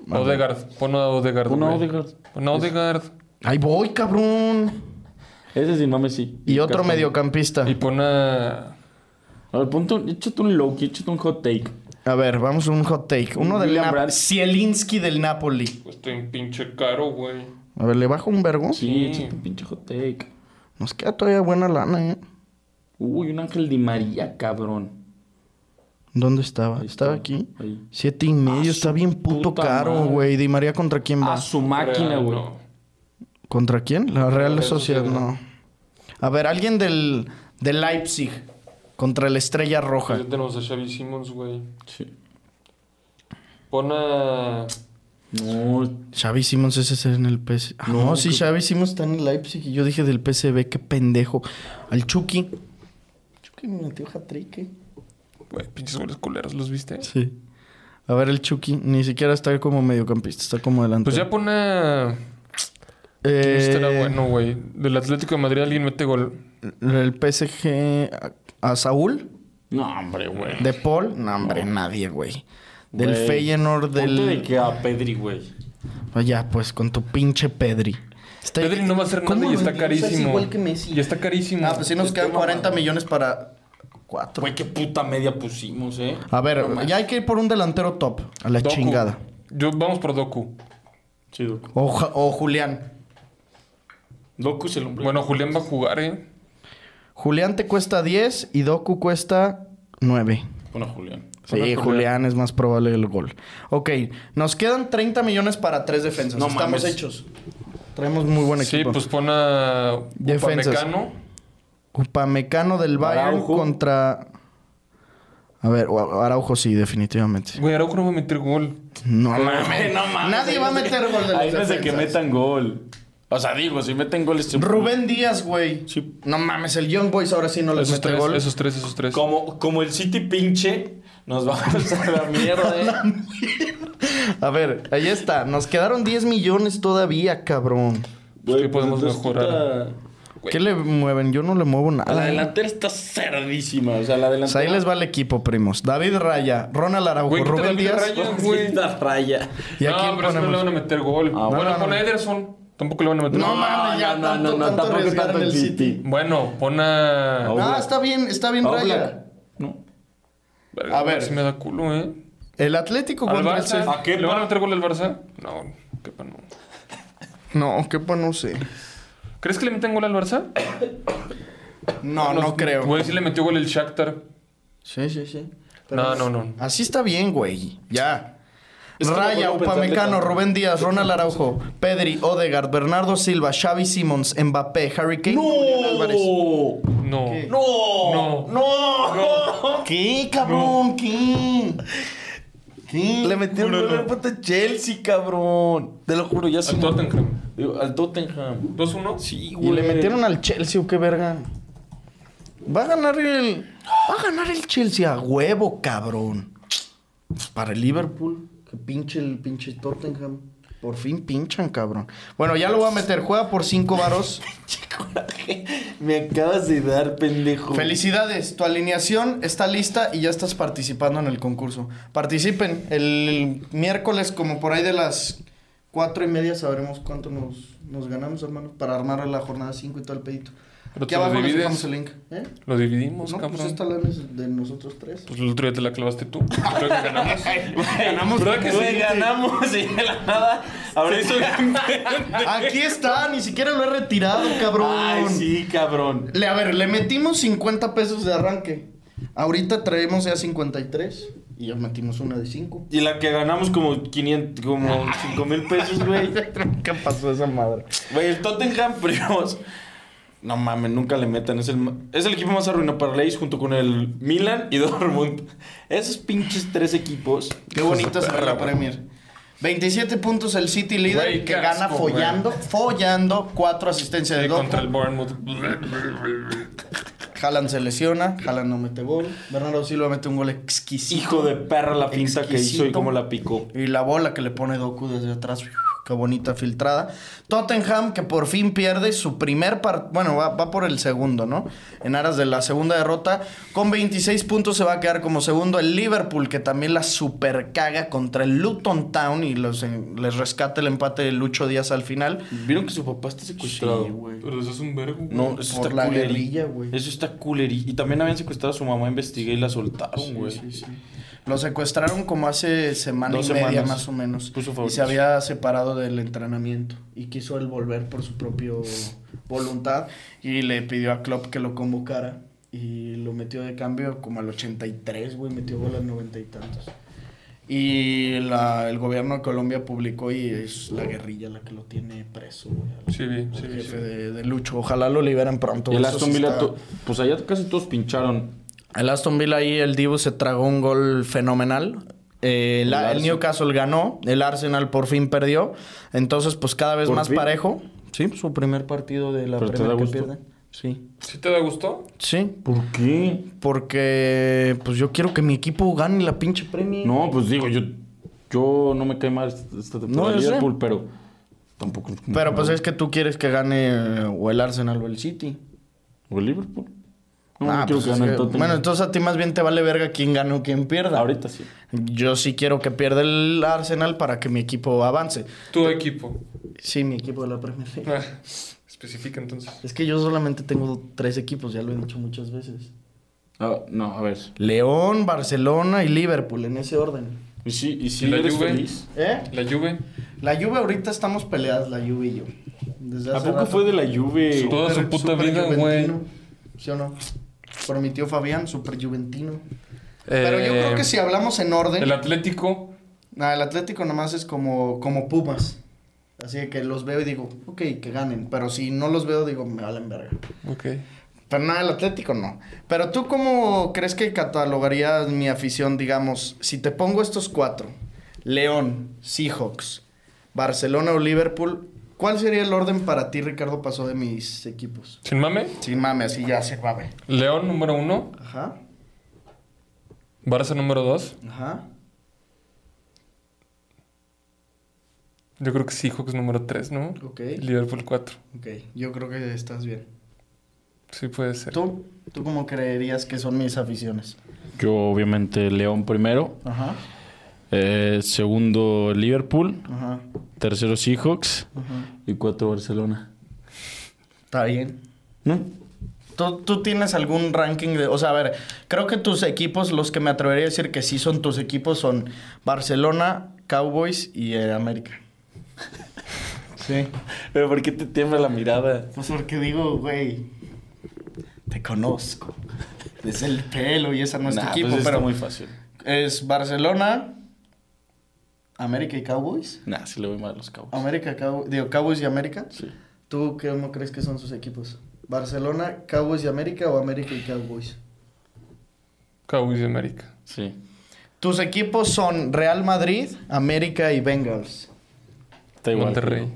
C: Odegaard. Pon a Odegaard,
D: Pon a
C: güey.
D: Odegaard.
C: Pon a Odegaard.
B: Ahí voy, cabrón.
D: Ese sin mames sí.
B: Y otro
D: Castro.
B: mediocampista.
C: Y pon a...
D: A ver, ponte un, échate un low key, échate un hot take.
B: A ver, vamos a un hot take. Uno del
D: William
B: Napoli.
D: Brand.
B: Zielinski del Napoli.
C: Estoy en pinche caro, güey.
B: A ver, ¿le bajo un vergo?
D: Sí,
C: Sí.
D: échate un pinche hot take.
B: Nos queda todavía buena lana, ¿eh?
D: Uy, un Ángel Di María, cabrón.
B: ¿Dónde estaba?
D: Ahí
B: Estaba
D: está,
B: aquí.
D: ahí.
B: Siete y medio.
D: su
B: Está bien puto
D: puta
B: caro,
D: madre.
B: güey. Di María, ¿contra quién va?
D: A su máquina,
C: Real,
D: güey.
C: no.
B: ¿Contra quién? La Real
C: Real
B: Sociedad,
C: Sociedad.
B: no. A ver, alguien del, del Leipzig. Contra la Estrella Roja.
C: Pues ya tenemos a Xavi Simmons, güey.
D: Sí.
C: Pon a...
D: No,
B: Xavi Simons ese es en el PS. Ah, no,
D: No,
B: sí,
D: que-
B: Xavi Simons está en el Leipzig. Y yo dije del PSV, qué pendejo. Al Chucky. Chucky me metió hat-trick, ¿eh?
C: Güey, pinches goles culeros, ¿los viste?
B: Sí. A ver, el Chucky ni siquiera está como mediocampista, está como delante.
C: Pues ya pon a...
B: Eh,
C: ¿Quién estará bueno, güey? Del Atlético de Madrid alguien mete gol.
B: El PSG a, a Saúl,
D: no hombre, güey.
B: de Paul, no, hombre, nadie, güey. Del
D: Güey.
B: Feyenoord,
D: Ponte de
B: del.
D: que a Pedri, güey.
B: Ah, Ya, pues con tu pinche Pedri. Está-
C: Pedri no va a hacer
B: ¿Cómo
C: nada y
B: lo
C: está
B: endulzas
C: carísimo.
B: igual que Messi?
C: Y está carísimo.
B: Ah, pues sí nos quedan 40 millones para. Cuatro.
D: Güey, qué puta media pusimos, eh.
B: A ver,
D: No mames.
B: ya hay que ir por un delantero top. A la
C: Doku.
B: chingada.
C: Yo, vamos por Doku.
D: Sí, Doku.
B: O, Ja- o Julián.
D: Doku es el hombre.
C: Bueno, Julián va a jugar, ¿eh?
B: Julián te cuesta 10 y Doku cuesta 9.
D: Pon a Julián.
B: Sí, Julián. es más probable el gol. Ok, nos quedan 30 millones para tres defensas.
D: No
B: Estamos
D: mames.
B: hechos. Traemos muy buen
C: sí,
B: equipo.
C: pues pon a...
B: Defensas.
C: Upamecano.
B: Upamecano del Bayern
D: Araujo.
B: contra... A ver, o- Araujo sí, definitivamente.
C: Güey, Araujo no va a meter gol.
B: No
D: Güey,
B: mames.
D: no mames.
B: Nadie va a meter gol de los
D: Ahí no es de que
B: defensas.
D: metan gol. O sea, digo, si meten goles... siempre-
B: Rubén Díaz, güey.
D: Sí.
B: No mames, el Young Boys ahora sí no les
C: Esos
B: mete
C: tres,
B: gol.
C: esos tres, esos tres.
D: Como, como el City pinche, nos vamos a la mierda, eh.
B: A ver, ahí está. Nos quedaron 10 millones todavía, cabrón.
C: Güey, ¿Qué podemos
D: entonces,
C: mejorar?
D: puta,
B: ¿Qué le mueven? Yo no le muevo nada.
D: La delantera está cerdísima. O sea, la
B: O sea,
D: delantera...
B: Pues ahí les va el equipo, primos. David Raya, Ronald Araujo,
C: Güey, quítale a
B: Rubén
C: David
B: Díaz.
C: Raya.
D: Sí,
C: güey.
D: está raya.
B: ¿Y a
C: no,
B: quién
C: pero es que no
B: ponemos?
C: le van a meter gol.
D: Ah,
C: bueno,
B: bueno.
C: pon a Ederson. Tampoco le van a meter
B: No,
C: gol.
B: mames, ya
D: no,
B: tanto-
D: no,
B: tanto
D: tampoco
B: arriesgar
D: tanto
B: en
D: el
B: el
D: City.
C: Bueno, pon a...
D: Oblak.
B: Ah, está bien, está bien Raya.
D: Oblak. No.
C: Verga,
B: a ver.
C: Sí me da culo, ¿eh?
B: El Atlético
C: ¿Al
B: contra el
C: Barça?
D: ¿A Kepa?
C: ¿Le van a meter gol al Barça? No, Kepa no.
B: Celtic. No, qué no sé.
C: ¿Crees que le meten gol al Barça?
B: No, no creo.
C: Güey, sí le metió gol el Shakhtar.
B: Sí, sí, sí.
C: No, no, no.
B: Así está bien, güey. Ya.
D: Es que no
B: Raya,
D: puedo pensarle
B: Upamecano,
D: tanto.
B: Rubén Díaz, Ronald Araujo, Pedri, Odegaard, Bernardo Silva, Xavi Simons, Mbappé, Harry Kane, Julián Álvarez.
D: ¡No!
C: No.
D: ¡No!
C: No.
D: ¡No!
B: ¿Qué, cabrón? ¿Qué? ¿Qué?
D: Le metieron
C: Juro,
D: gol
C: no.
D: al puta Chelsea, cabrón. Te lo juro, ya se
C: Al Tottenham.
D: Digo, al Tottenham.
C: 2-1.
D: Sí,
B: Y le metieron al Chelsea, ¿o qué verga? Va a ganar el. Va a ganar el Chelsea a huevo, cabrón. Para el Liverpool, que pinche el pinche Tottenham. Por fin pinchan, cabrón. Bueno, ya lo voy a meter. Juega por cinco varos.
D: Me acabas de dar, pendejo.
B: Felicidades, tu alineación está lista y ya estás participando en el concurso. Participen. El miércoles, como por ahí de las cuatro y media, sabremos cuánto nos, nos ganamos, hermano, para armar la jornada 5 y todo el pedito.
C: Pero
B: Aquí
C: te
B: abajo
C: lo
B: les
C: divides.
B: dejamos el link. ¿Eh?
C: Lo dividimos,
B: No,
C: cabrón.
B: pues esta lana es de nosotros tres.
C: Pues el otro día te la clavaste tú. Creo que ganamos.
B: Ganamos,
C: ¿Verdad que sí?
E: ganamos y de la nada. Ahora eso.
B: Aquí está, ni siquiera lo he retirado, cabrón.
E: Ay, sí, cabrón.
B: Le, a ver, le metimos 50 pesos de arranque. Ahorita traemos ya 53 y ya metimos una de 5.
E: Y la que ganamos como 500, como 5 mil pesos, güey.
B: ¿Qué pasó esa madre?
E: Güey, el Tottenham, primos. No mames, nunca le metan. Es el, ma- es el equipo más arruinado para Leis junto con el Milan y Dortmund. Esos pinches tres equipos.
B: Qué bonita será la Premier. 27 puntos el City líder
C: Güey,
B: que
C: qué
B: gana
C: asco,
B: follando, follando, cuatro asistencias de
C: Sí,
B: dos.
C: contra el Bournemouth.
B: Haaland se lesiona, Haaland no mete gol. Bernardo Silva mete un gol exquisito.
E: Hijo de perra la finta que hizo y
B: Exquisito.
E: cómo la picó.
B: Y la bola que le pone Doku desde atrás. Qué bonita filtrada. Tottenham que por fin pierde su primer partido. Bueno, va, va por el segundo, ¿no? En aras de la segunda derrota. Con 26 puntos se va a quedar como segundo. El Liverpool que también la super caga contra el Luton Town y los, eh, les rescata el empate de Lucho Díaz al final.
E: ¿Vieron que su papá está secuestrado?
C: Pero eso es un vergo. güey.
E: No, eso está
B: Por la
E: culerí.
B: guerrilla, güey.
E: Eso está culerí. Y también habían secuestrado a su mamá, investigué y la soltaron, güey.
B: Lo secuestraron como hace semana
E: Dos
B: y media
E: semanas.
B: más o menos.
E: Puso
B: y
E: favoritos.
B: se había separado del entrenamiento. Y quiso él volver por su propia voluntad. Y le pidió a Klopp que lo convocara. Y lo metió de cambio como al 83, güey. Metió gol al 90 y tantos. Y la- el gobierno de Colombia publicó y es la guerrilla la que lo tiene preso, güey. al-
C: Sí, vi, sí,
B: al
C: vi, sí.
B: jefe de, de Lucho. Ojalá lo liberan pronto.
D: Y el
B: güey, eso
D: Aston
B: sí
D: Villa,
B: está-
D: to- pues allá casi todos pincharon.
B: el Aston Villa ahí, el Dibu se tragó un gol fenomenal. Eh, el,
D: El
B: el
D: Arsenal.
B: Newcastle ganó, el Arsenal por fin perdió. Entonces, pues cada vez
D: ¿Por
B: más
D: fin?
B: parejo. Sí, su primer partido de la
D: ¿Pero te
B: Premier
D: da
B: que
D: gusto?
B: pierden. Sí.
C: ¿Sí te da gusto?
B: Sí,
D: ¿Por qué?
B: porque pues yo quiero que mi equipo gane la pinche Premier.
D: No, pues digo, yo, yo no me cae mal esta esta temporada
B: No, yo
D: de
B: sé.
D: Liverpool, pero tampoco.
B: Pero pues es que tú quieres que gane eh, o el Arsenal o el City.
D: O el Liverpool. No,
B: Ah,
D: no quiero
B: pues,
D: que
B: es
D: gane el
B: que-
D: Tottenham.
B: Bueno, entonces a ti más bien te vale verga quién gana o quién pierda.
D: Ahorita sí.
B: Yo sí quiero que pierda el Arsenal para que mi equipo avance.
C: Tu equipo.
B: Sí, mi equipo de la Premier League.
C: Ah, especifica entonces.
B: Es que yo solamente tengo tres equipos, ya lo he dicho muchas veces.
D: Ah, no, a ver.
B: León, Barcelona y Liverpool, en ese orden.
D: ¿Y si, y si
C: ¿Y la
D: eres
C: Juve?
D: feliz?
B: ¿Eh?
C: La Juve.
B: La Juve ahorita estamos peleadas, la Juve y yo. Desde
E: ¿A
B: hace
E: poco
B: rato.
E: fue de la Juve?
C: Toda su
B: Súper-
C: puta
B: súper
C: vida, güey.
B: juventino, ¿Sí o no? Por mi tío Fabián, super juventino. Pero yo creo que si hablamos en orden...
C: Eh, El Atlético.
B: nah, el Atlético nomás es como, como Pumas. Así de que los veo y digo, ok, que ganen. Pero si no los veo, digo, me valen verga.
C: Ok.
B: Pero nada, el Atlético no. Pero tú, ¿cómo crees que catalogarías mi afición, digamos, si te pongo estos cuatro? León, Seahawks, Barcelona o Liverpool, ¿cuál sería el orden para ti, Ricardo Pasó, de mis equipos?
C: Sin mame.
B: Sin mame, así ya se babe.
C: León número uno.
B: Ajá,
C: Barça número dos.
B: ajá.
C: Yo creo que Seahawks número tres, ¿no?
B: Ok.
C: Liverpool cuatro.
B: Ok, yo creo que estás bien.
C: Sí puede ser.
B: ¿Tú? ¿Tú cómo creerías que son mis aficiones?
D: Yo, obviamente, León primero.
B: Ajá,
D: eh, segundo, Liverpool.
B: ajá,
D: Tercero, Seahawks.
B: ajá.
D: Y cuatro, Barcelona.
B: Está bien.
D: ¿No?
B: ¿Tú, tú tienes algún ranking de.? O sea, a ver, creo que tus equipos, los que me atrevería a decir que sí son tus equipos, son Barcelona, Cowboys y eh, América. Sí.
E: ¿Pero por qué te tiembla la mirada?
B: Pues porque digo, güey. Te conozco. Es el pelo y esa no es
E: Nah,
B: tu este equipo,
E: pues está
B: pero.
E: muy fácil.
B: Es Barcelona, América y Cowboys.
E: Nah, sí le voy mal a los cabos.
B: América, Cowboys. Digo, Cowboys y América.
E: Sí.
B: ¿Tú qué- cómo crees que son sus equipos? ¿Barcelona, Cowboys y América o América y Cowboys?
C: Cowboys de América.
D: Sí.
B: Tus equipos son Real Madrid, América y Bengals.
D: Está igual.
C: Monterrey.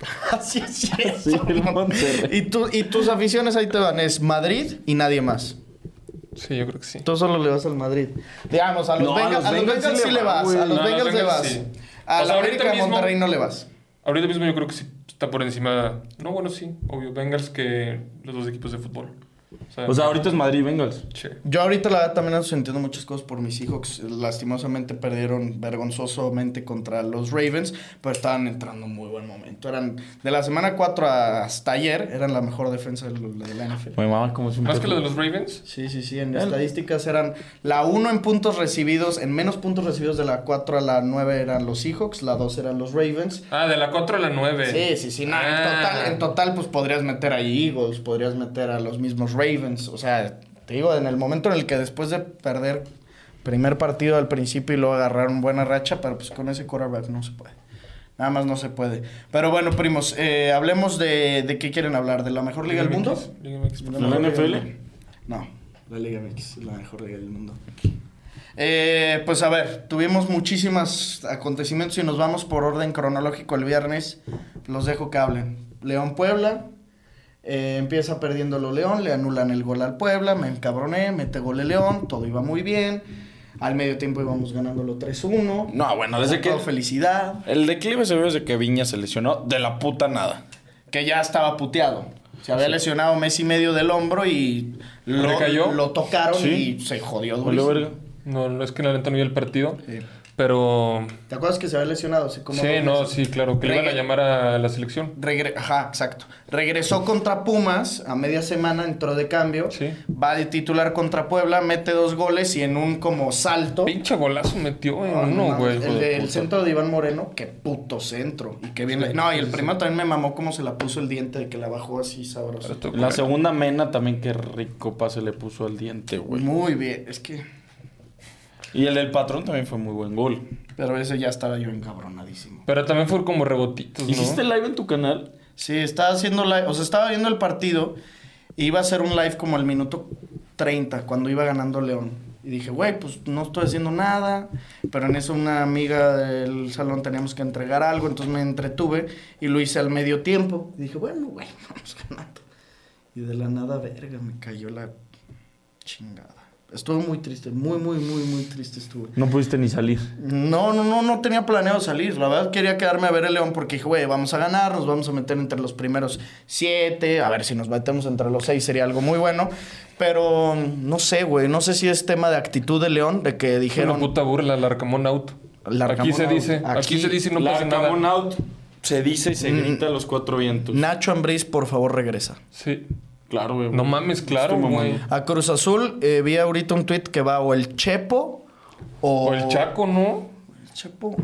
B: Así es cierto.
D: Sí, el Monterrey.
B: Y, tú- y tus aficiones ahí te van, es Madrid y nadie más.
C: Sí, yo creo que sí.
B: Tú solo le vas al Madrid. Digamos, a los,
E: No, a
B: Bengals,
E: los
B: a los
E: Bengals
B: Bengals
E: sí
B: sí
E: le
B: le
E: va,
B: vas,
E: güey.
B: a los
C: No, a los
B: Bengals le
C: Bengals
B: vas.
C: sí.
B: A
C: O sea,
B: la
C: ahorita
B: América y
C: mismo-
B: Monterrey no le vas.
C: Ahorita mismo yo creo que sí está por encima. No, bueno, sí. Obvio. Bengals que los dos equipos de fútbol.
E: O sea, ahorita es Madrid y Bengals.
C: sí.
B: Yo ahorita la verdad también estoy entiendo muchas cosas por mis hijos. Lastimosamente perdieron vergonzosamente contra los Ravens, pero estaban entrando en muy buen momento. Eran de la semana 4 hasta ayer, eran la mejor defensa de la de la NFL.
D: Mi mamá, como siempre.
C: Más que lo de los Ravens.
B: Sí, sí, sí. En estadísticas eran la 1 en puntos recibidos, en menos puntos recibidos de la 4 a la 9 eran los Seahawks, la 2 eran los Ravens.
C: Ah, de la 4 a la 9.
B: Sí, sí, sí. no, en,
C: Ah.
B: total, en total, pues podrías meter a Eagles, podrías meter a los mismos Ravens. O sea, te digo, en el momento en el que después de perder primer partido al principio y luego agarraron buena racha, pero pues con ese quarterback no se puede. Nada más no se puede. Pero bueno, primos, eh, hablemos de, de qué quieren hablar. ¿De la mejor liga del mundo?
C: Liga MX, por
B: ¿De
E: ¿La
B: mejor liga
E: NFL?
B: del mundo? No, la Liga MX es la mejor liga del mundo. Eh, pues a ver, tuvimos muchísimos acontecimientos y nos vamos por orden cronológico el viernes. Los dejo que hablen. León Puebla. eh, empieza perdiéndolo León, le anulan el gol al Puebla, me encabroné, mete gol el León, todo iba muy bien. Al medio tiempo íbamos ganándolo 3-1.
E: No, bueno, desde que.
B: Todo Felicidad.
E: El declive se vio desde que Viña se lesionó de la puta nada.
B: Que ya estaba puteado. Se había lesionado mes y medio del hombro y lo,
C: ¿Recayó?
B: lo tocaron
D: Sí.
B: y se jodió
D: Valió
B: durísimo.
D: verga.
C: No, no, es que la neta no vi el partido.
B: Sí.
C: Pero.
B: ¿Te acuerdas que se había lesionado? Así como
C: Sí,
B: dos
C: no,
B: meses?
C: sí, claro. Que le iban a
B: Regre-
C: llamar a la selección.
B: Regre- Ajá, exacto. Regresó contra Pumas a media semana, entró de cambio.
C: Sí.
B: Va de titular contra Puebla, mete dos goles y en un como salto.
C: Pinche golazo metió en
B: Ah, no
C: uno,
B: mames,
C: güey.
B: El
C: hijo de
B: del
C: puta.
B: centro de Iván Moreno, qué puto centro. Y qué bien.
C: Sí,
B: la- No, y el
C: sí,
B: primero también me mamó cómo se la puso el diente de que la bajó así sabroso.
C: Esto-
D: La segunda mena también, qué rico pase le puso al diente, güey.
B: Muy bien, es que.
D: Y el del patrón también fue muy buen gol.
B: Pero ese ya estaba yo encabronadísimo.
C: Pero también fue como rebotitos, Pues ¿no?
D: ¿Hiciste live en tu canal?
B: Sí, estaba haciendo live, o sea, estaba viendo el partido. e Iba a hacer un live como el minuto 30, cuando iba ganando León. Y dije, güey, pues no estoy haciendo nada. Pero en eso una amiga del salón teníamos que entregar algo, entonces me entretuve y lo hice al medio tiempo. Y dije, bueno, güey, vamos ganando. Y de la nada, verga, me cayó la chingada. Estuve muy triste, muy, muy, muy, muy triste estuve.
D: No pudiste ni salir.
B: No, no, no, no tenía planeado salir. La verdad quería quedarme a ver el León porque dije, güey, vamos a ganar, nos vamos a meter entre los primeros siete. A ver si nos metemos entre los seis sería algo muy bueno. Pero no sé, güey, no sé si es tema de actitud de León, de que
C: Fue
B: dijeron...
C: una puta burla, el Arcamón out.
B: Larcamón
C: aquí se
B: out.
C: dice, aquí,
B: Aquí,
C: se dice y no
E: la
C: pasa nada.
E: Arcamón out se dice y se grita a los cuatro vientos.
B: Nacho Ambriz, por favor, regresa.
C: Sí.
E: Claro, güey.
C: No mames, claro,
E: Estoy mamando.
C: güey.
B: A Cruz Azul eh, vi ahorita un tweet que va o el Chepo o...
C: O el Chaco, ¿no?
B: El Chepo.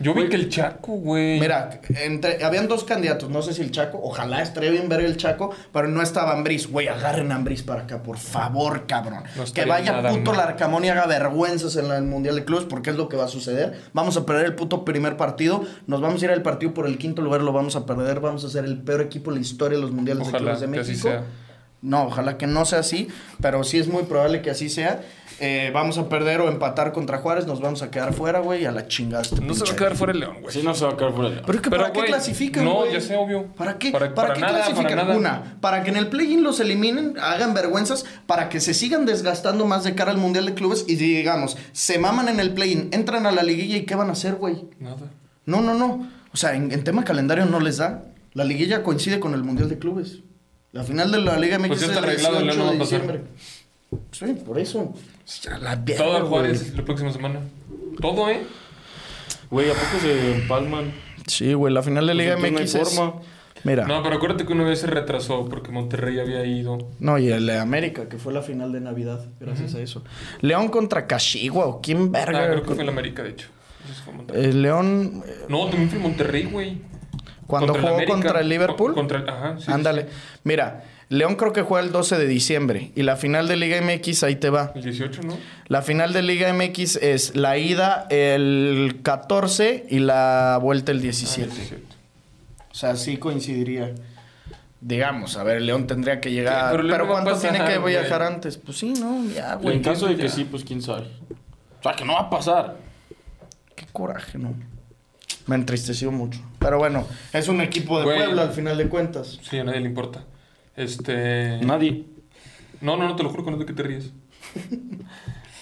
C: Yo vi que el Chaco, güey.
B: Mira, entre, habían dos candidatos, no sé si el Chaco, ojalá estaría bien ver el Chaco, pero no estaba Ambriz. Güey, agarren a Ambriz para acá, por favor, cabrón.
C: No
B: que
C: estaría
B: vaya
C: nada
B: puto
C: mal.
B: Larcamón y haga vergüenzas en la- el Mundial de Clubes, porque es lo que va a suceder. Vamos a perder el puto primer partido, nos vamos a ir al partido por el quinto lugar, lo vamos a perder, vamos a ser el peor equipo de la historia de los Mundiales de
C: Ojalá
B: Clubes de
C: que
B: México.
C: así sea.
B: No, ojalá que no sea así, pero sí es muy probable que así sea. Eh, vamos a perder o empatar contra Juárez, nos vamos a quedar fuera, güey, a la chingada. este
C: No se va
B: pinche-
C: a quedar fuera el León, güey.
E: Sí, no se va a caer por el.
B: pero es que
C: Pero,
B: ¿para qué
C: güey,
B: clasifican,
C: no,
B: güey?
C: ya sé, obvio.
B: ¿Para qué? ¿Para,
C: Para- para
B: qué
C: nada, para
B: clasifican?
C: nada.
B: Una, para que en el play-in los eliminen, hagan vergüenzas, para que se sigan desgastando más de cara al Mundial de Clubes y digamos, se maman en el play-in, entran a la liguilla y ¿qué van a hacer, güey?
C: Nada.
B: No, no, no. O sea, en, en tema calendario no les da. La liguilla coincide con el Mundial de Clubes. La final de la Liga MX
C: Pues ya
B: es
C: está
B: el
C: arreglado,
B: 18
C: León, no va
B: de
C: a pasar.
B: diciembre. Sí, por eso. Ya la verga,
C: Todo el
B: güey.
C: Juárez la próxima semana. Todo, ¿eh?
E: Güey, ¿a
C: Pues,
E: poco se empalman?
B: Sí, güey, la final de Liga
E: Entonces, no hay
B: MX es...
E: forma.
B: Mira.
C: No, pero acuérdate que una vez se retrasó porque Monterrey había ido.
B: No, y el de América, que fue la final de Navidad, gracias a eso. León contra Cachigua, o quién
C: Ah,
B: verga.
C: creo que fue el América, de hecho. Eso fue Monterrey.
B: Eh, León, eh,
C: No, también fue el Monterrey, güey.
B: cuando
C: Contra el
B: jugó
C: América.
B: contra el Liverpool.
C: Co- Contra el- Ajá, sí.
B: ándale. Mira, León creo que juega el 12 de diciembre. Y la final de Liga MX, ahí te va.
C: El 18, ¿no? Ah,
B: La final de Liga MX es la ida el 14 y la vuelta el
C: Ah,
B: 17.
C: 17.
B: O sea, sí coincidiría. Digamos, a ver, León tendría que
C: Sí,
B: llegar. pero
C: pero León no va a
B: ¿cuánto tiene
C: pasar,
B: que
C: güey.
B: viajar antes? Pues sí, no, ya, güey.
E: en caso de que
C: ya.
E: sí, pues quién sabe. O sea, que no va a pasar.
B: Qué coraje, ¿no? Me entristeció mucho. Pero bueno, es un equipo de
C: Güey.
B: Puebla al final de cuentas.
C: Sí, a nadie le importa. Este.
E: Nadie.
C: No, no, no, te lo juro que no de que te ríes.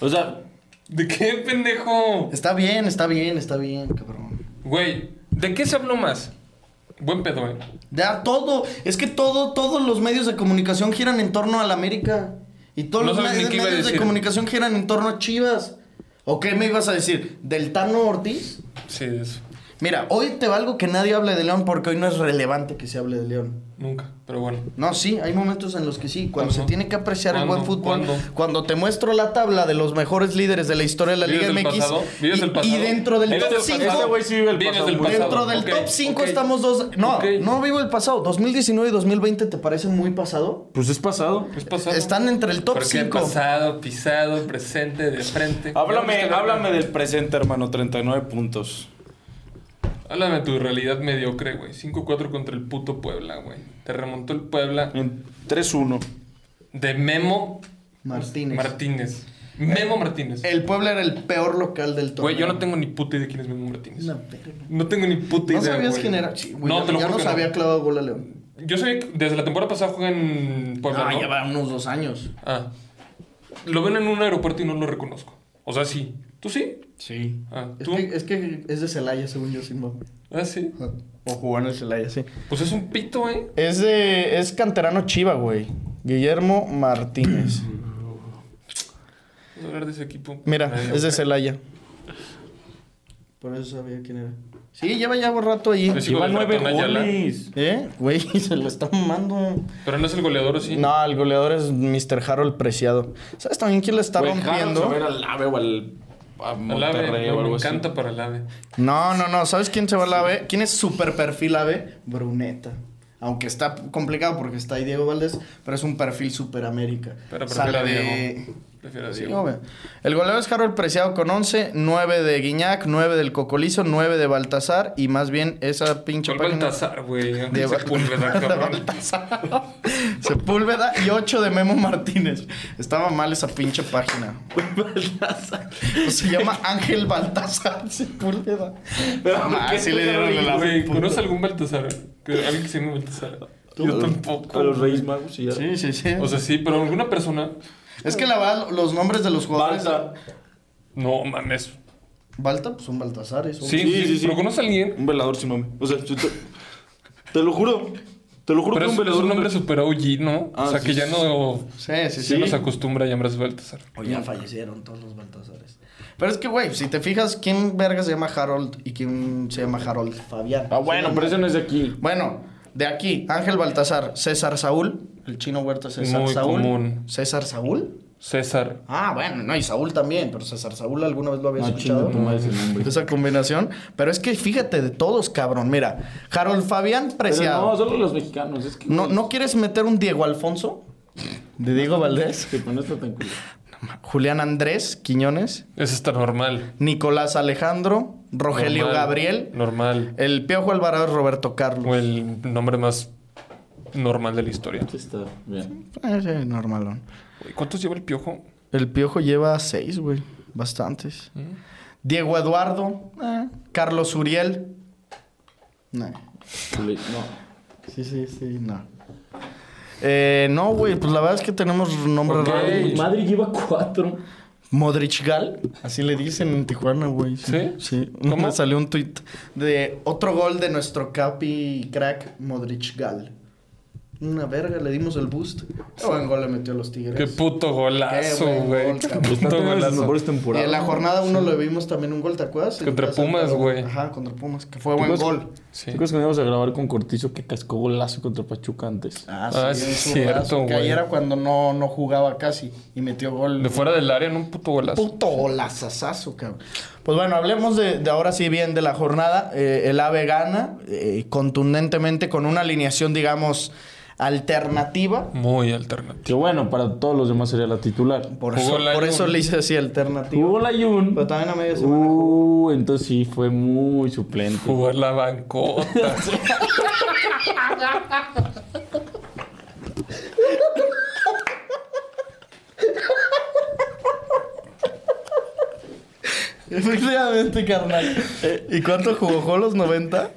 E: O sea,
C: ¿De qué, pendejo?
B: Está bien, está bien, está bien, cabrón.
C: Güey, ¿de qué se habló más? Buen pedo, ¿eh?
B: Ya todo, es que todo, todos los medios de comunicación giran en torno a la América. Y todos
C: No
B: los
C: sabes ni
B: medios,
C: qué iba a
B: medios de
C: decir.
B: comunicación giran en torno a Chivas. ¿O qué me ibas a decir? ¿Del Tano Ortiz?
C: Sí, eso.
B: Mira, hoy te valgo que nadie hable de León porque hoy no es relevante que se hable de León.
C: Nunca, pero bueno.
B: No, sí, hay momentos en los que sí, cuando se
C: Ajá.
B: tiene que apreciar el buen
C: ¿Cuándo?
B: fútbol,
C: ¿Cuándo?
B: cuando te muestro la tabla de los mejores líderes de la historia de la
C: ¿Vives
B: Liga
C: del
B: MX
C: pasado? ¿Vives
B: y,
C: del pasado?
B: y dentro del
C: ¿Vives
B: top
C: del pasado?
B: 5
E: Este güey sí vive el
C: Vives
E: pasado.
C: del pasado.
B: Dentro del
C: Ok,
B: top 5
C: ok.
B: estamos dos. No,
C: Ok.
B: no vivo el pasado. 2019 y 2020 te parecen muy pasado.
D: Pues es pasado.
C: ¿Es pasado?
B: Están entre el top
C: ¿Por qué
B: 5.
C: pasado, pisado, presente, de frente?
E: Háblame,
C: Ya,
E: háblame del presente, hermano. 39 puntos.
C: Háblame de tu realidad mediocre, güey. 5-4 contra el puto Puebla, güey. Te remontó el Puebla
E: En 3-1.
C: de Memo
B: Martínez.
C: Martínez. Memo Martínez.
B: El Pueblo era el peor local del torneo.
C: Güey, yo no tengo ni puta idea de quién es Memo Martínez.
B: Una verga.
C: No tengo ni puta
B: ¿No
C: idea.
B: sabías
C: güey.
B: quién era? Sí, güey,
C: no,
B: yo-
C: te lo
B: yo
C: juro
B: no
C: que
B: sabía clavado gol a León.
C: Yo sabía que desde la temporada pasada juega en Puebla.
B: Ah,
C: ¿no?
B: ya va unos dos años.
C: Ah. Lo ven en un aeropuerto y no lo reconozco. O sea, sí. ¿Tú sí?
B: Sí.
C: Ah,
B: Es
C: ¿tú?
B: que, es que es de Celaya, según yo, Simba.
C: Ah, sí.
B: O jugó en el Celaya, sí.
C: Pues es un pito, ¿eh?
B: Es de. Es canterano Chiva, güey. Guillermo Martínez.
C: Vamos a hablar de ese equipo.
B: Mira,
C: Medio-
B: es de Celaya. Por eso sabía quién era. Sí, lleva ya un rato ahí.
C: Es hijo del Ratón Ayala.
B: ¿Eh? Güey, se lo está mamando.
C: Pero no es el goleador, ¿o sí?
B: No, el goleador es Mr. Harold Preciado. ¿Sabes también quién lo está
E: Güey,
B: rompiendo?
E: Harold, A ver al AVE o al a
C: Al ave,
E: Monterrey
C: no,
E: o
C: me
E: algo así.
C: encanta para el ave.
B: No, no, no. ¿Sabes quién se va a la B? ¿Quién es super perfil AB? Bruneta. Aunque está complicado porque está ahí Diego Valdés, pero es un perfil super América.
C: Pero prefiero
B: Sale
C: a Diego.
B: de-
C: Prefiero a
B: Sí,
C: Diego.
B: obvio. El goleador es Harold Preciado con 11, 9 de Guiñac, 9 del Cocolizo, 9 de Baltasar y más bien esa pinche
C: ¿Cuál
B: página-
C: Baltasar, güey?
B: de Bal-
C: Sepúlveda,
B: de
C: cabrón.
B: Baltasar. Sepúlveda y 8 de Memo Martínez. Estaba mal esa pinche página. Pues Se llama Ángel Baltasar Sepúlveda.
E: Pero,
B: No, ma,
E: ¿qué
B: Ah, sí le dieron
E: terrible,
B: el ave.
C: Güey, ¿conoces algún Baltasar? Que- Alguien que se llame Baltasar. Yo tampoco.
E: A los Reyes Magos y ya.
B: Sí, sí, sí.
C: O sea, sí, pero alguna persona.
B: es que la verdad, los nombres de los jugadores.
E: Balsa.
C: No mames.
B: Balta, pues son Baltasares. son-
C: Sí,
E: Sí,
C: sí,
E: sí, sí.
C: ¿Pero conoces a alguien?
E: Un velador sin nombre. O sea, yo te, te lo juro. Te lo juro
C: Pero
E: que
C: es,
E: un
C: es
E: velador.
C: un nombre super OG, ¿no?
E: Ah,
C: o sea,
E: sí,
C: que ya
E: sí,
C: no.
B: Sí, sí, sí.
C: Ya no se acostumbra a llamarse Baltasar.
B: O ya fallecieron todos los Baltasares. Pero es que, güey, si te fijas, ¿quién verga se llama Harold y quién se llama Harold Fabián?
D: Ah, bueno, pero ese no es de aquí.
B: Bueno, de aquí, Ángel Baltasar, César Saúl, el chino Huerta César
C: Muy
B: Saúl.
C: común.
B: ¿César Saúl?
C: César.
B: Ah, bueno, no, y Saúl también, pero César Saúl alguna vez lo había
D: No,
B: escuchado.
D: chinga tu madre ese nombre.
B: Esa combinación. Pero es que fíjate de todos, cabrón. Mira, Harold Fabián
D: Pero no,
B: Preciado.
D: solo los mexicanos. Es que
B: ¿No, ¿No quieres meter un Diego Alfonso? De Diego Valdés.
D: Que no está tan cool.
B: Julián Andrés Quiñones.
C: Ese está normal.
B: Nicolás Alejandro, Rogelio
C: Normal.
B: Gabriel,
C: Normal.
B: el Piojo Alvarado es Roberto Carlos.
C: O el nombre más normal de la historia.
D: Está bien.
B: Eh, sí, normalón.
C: Güey, ¿Cuántos lleva el piojo?
B: El Piojo lleva seis, güey. Bastantes.
C: ¿Mm?
B: Diego Eduardo,
C: Ah.
B: eh, Carlos Uriel. No.
D: Chule- No.
B: Sí, sí, sí, no. Eh, no, güey, pues la verdad es que tenemos nombres
C: Ok.
B: raros. güey.
D: Madrid lleva cuatro.
B: Modric Gal, así le dicen en Tijuana, güey.
C: ¿Sí?
B: Sí.
C: ¿Cómo?
B: Me salió un tuit de otro gol de nuestro capi crack Modric Gal. Una verga, le dimos el boost. Qué buen gol le metió a los Tigres.
C: Qué puto golazo,
B: Qué buen
C: güey.
B: gol,
C: Qué
B: cabrón.
E: Está
C: puto
E: teniendo de sus
C: golazo.
E: mejores
B: y
E: temporadas.
B: en la jornada uno le vimos también un gol, ¿te acuerdas?
C: Contra
B: En casa,
C: Pumas,
B: pero-
C: güey.
B: Ajá, contra Pumas, que fue buen
D: Pumas-
B: gol.
C: Sí.
D: ¿Te acuerdas cuando íbamos a grabar con Cortizo que cascó golazo contra Pachuca antes?
C: Ah, sí,
B: un
C: es
B: zurdazo,
C: cierto,
B: que
C: güey.
B: Ahí era cuando no, no jugaba casi y metió gol.
C: De fuera del área en un puto golazo.
B: Puto golazazazo, cabrón. Pues bueno, hablemos de, de ahora sí bien de la jornada. Eh, el AVE gana eh, contundentemente con una alineación, digamos, alternativa.
C: Muy alternativo.
D: Que bueno, para todos los demás sería la titular.
B: Por,
C: Jugó
B: eso,
C: Layún.
B: por eso le hice así alternativa.
D: Jugó Layun.
B: Pero también a media semana.
D: Uh, entonces sí, fue muy suplente.
C: Jugar la bancota.
B: Efectivamente, carnal. Eh, ¿Y cuánto jugó? ¿Jugó los 90?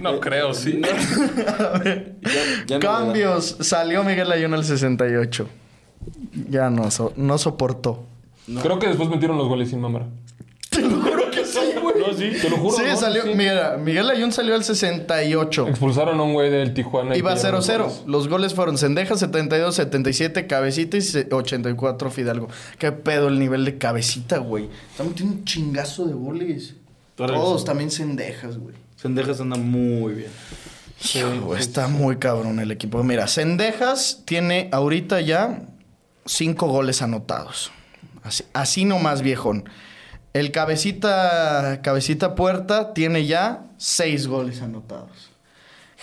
C: No creo, sí.
E: Ya no
B: Cambios. Salió Miguel Ayun al 68. Ya no, so- no soportó.
C: Creo que después metieron los goles sin mamar.
B: Te lo juro que sí, güey.
C: No,
E: salió así, te lo juro.
B: Sí,
E: ¿no?
B: salió. Mira, Miguel Ayun salió al 68.
C: Expulsaron a un güey del Tijuana. y
B: Iba
C: pillaron
B: 0-0.
C: goles.
B: Los goles fueron Sendeja 72, 77, Cabecita y se- 84 Fidalgo. Qué pedo el nivel de Cabecita, güey. También tiene un chingazo de goles.
E: Tú arreglas.
B: Todos también Sendejas, güey.
E: Sendejas anda muy bien.
B: Hijo, está muy cabrón el equipo. Mira, Sendejas tiene ahorita ya cinco goles anotados. Así, así nomás, viejón. El cabecita, cabecita puerta tiene ya seis goles anotados.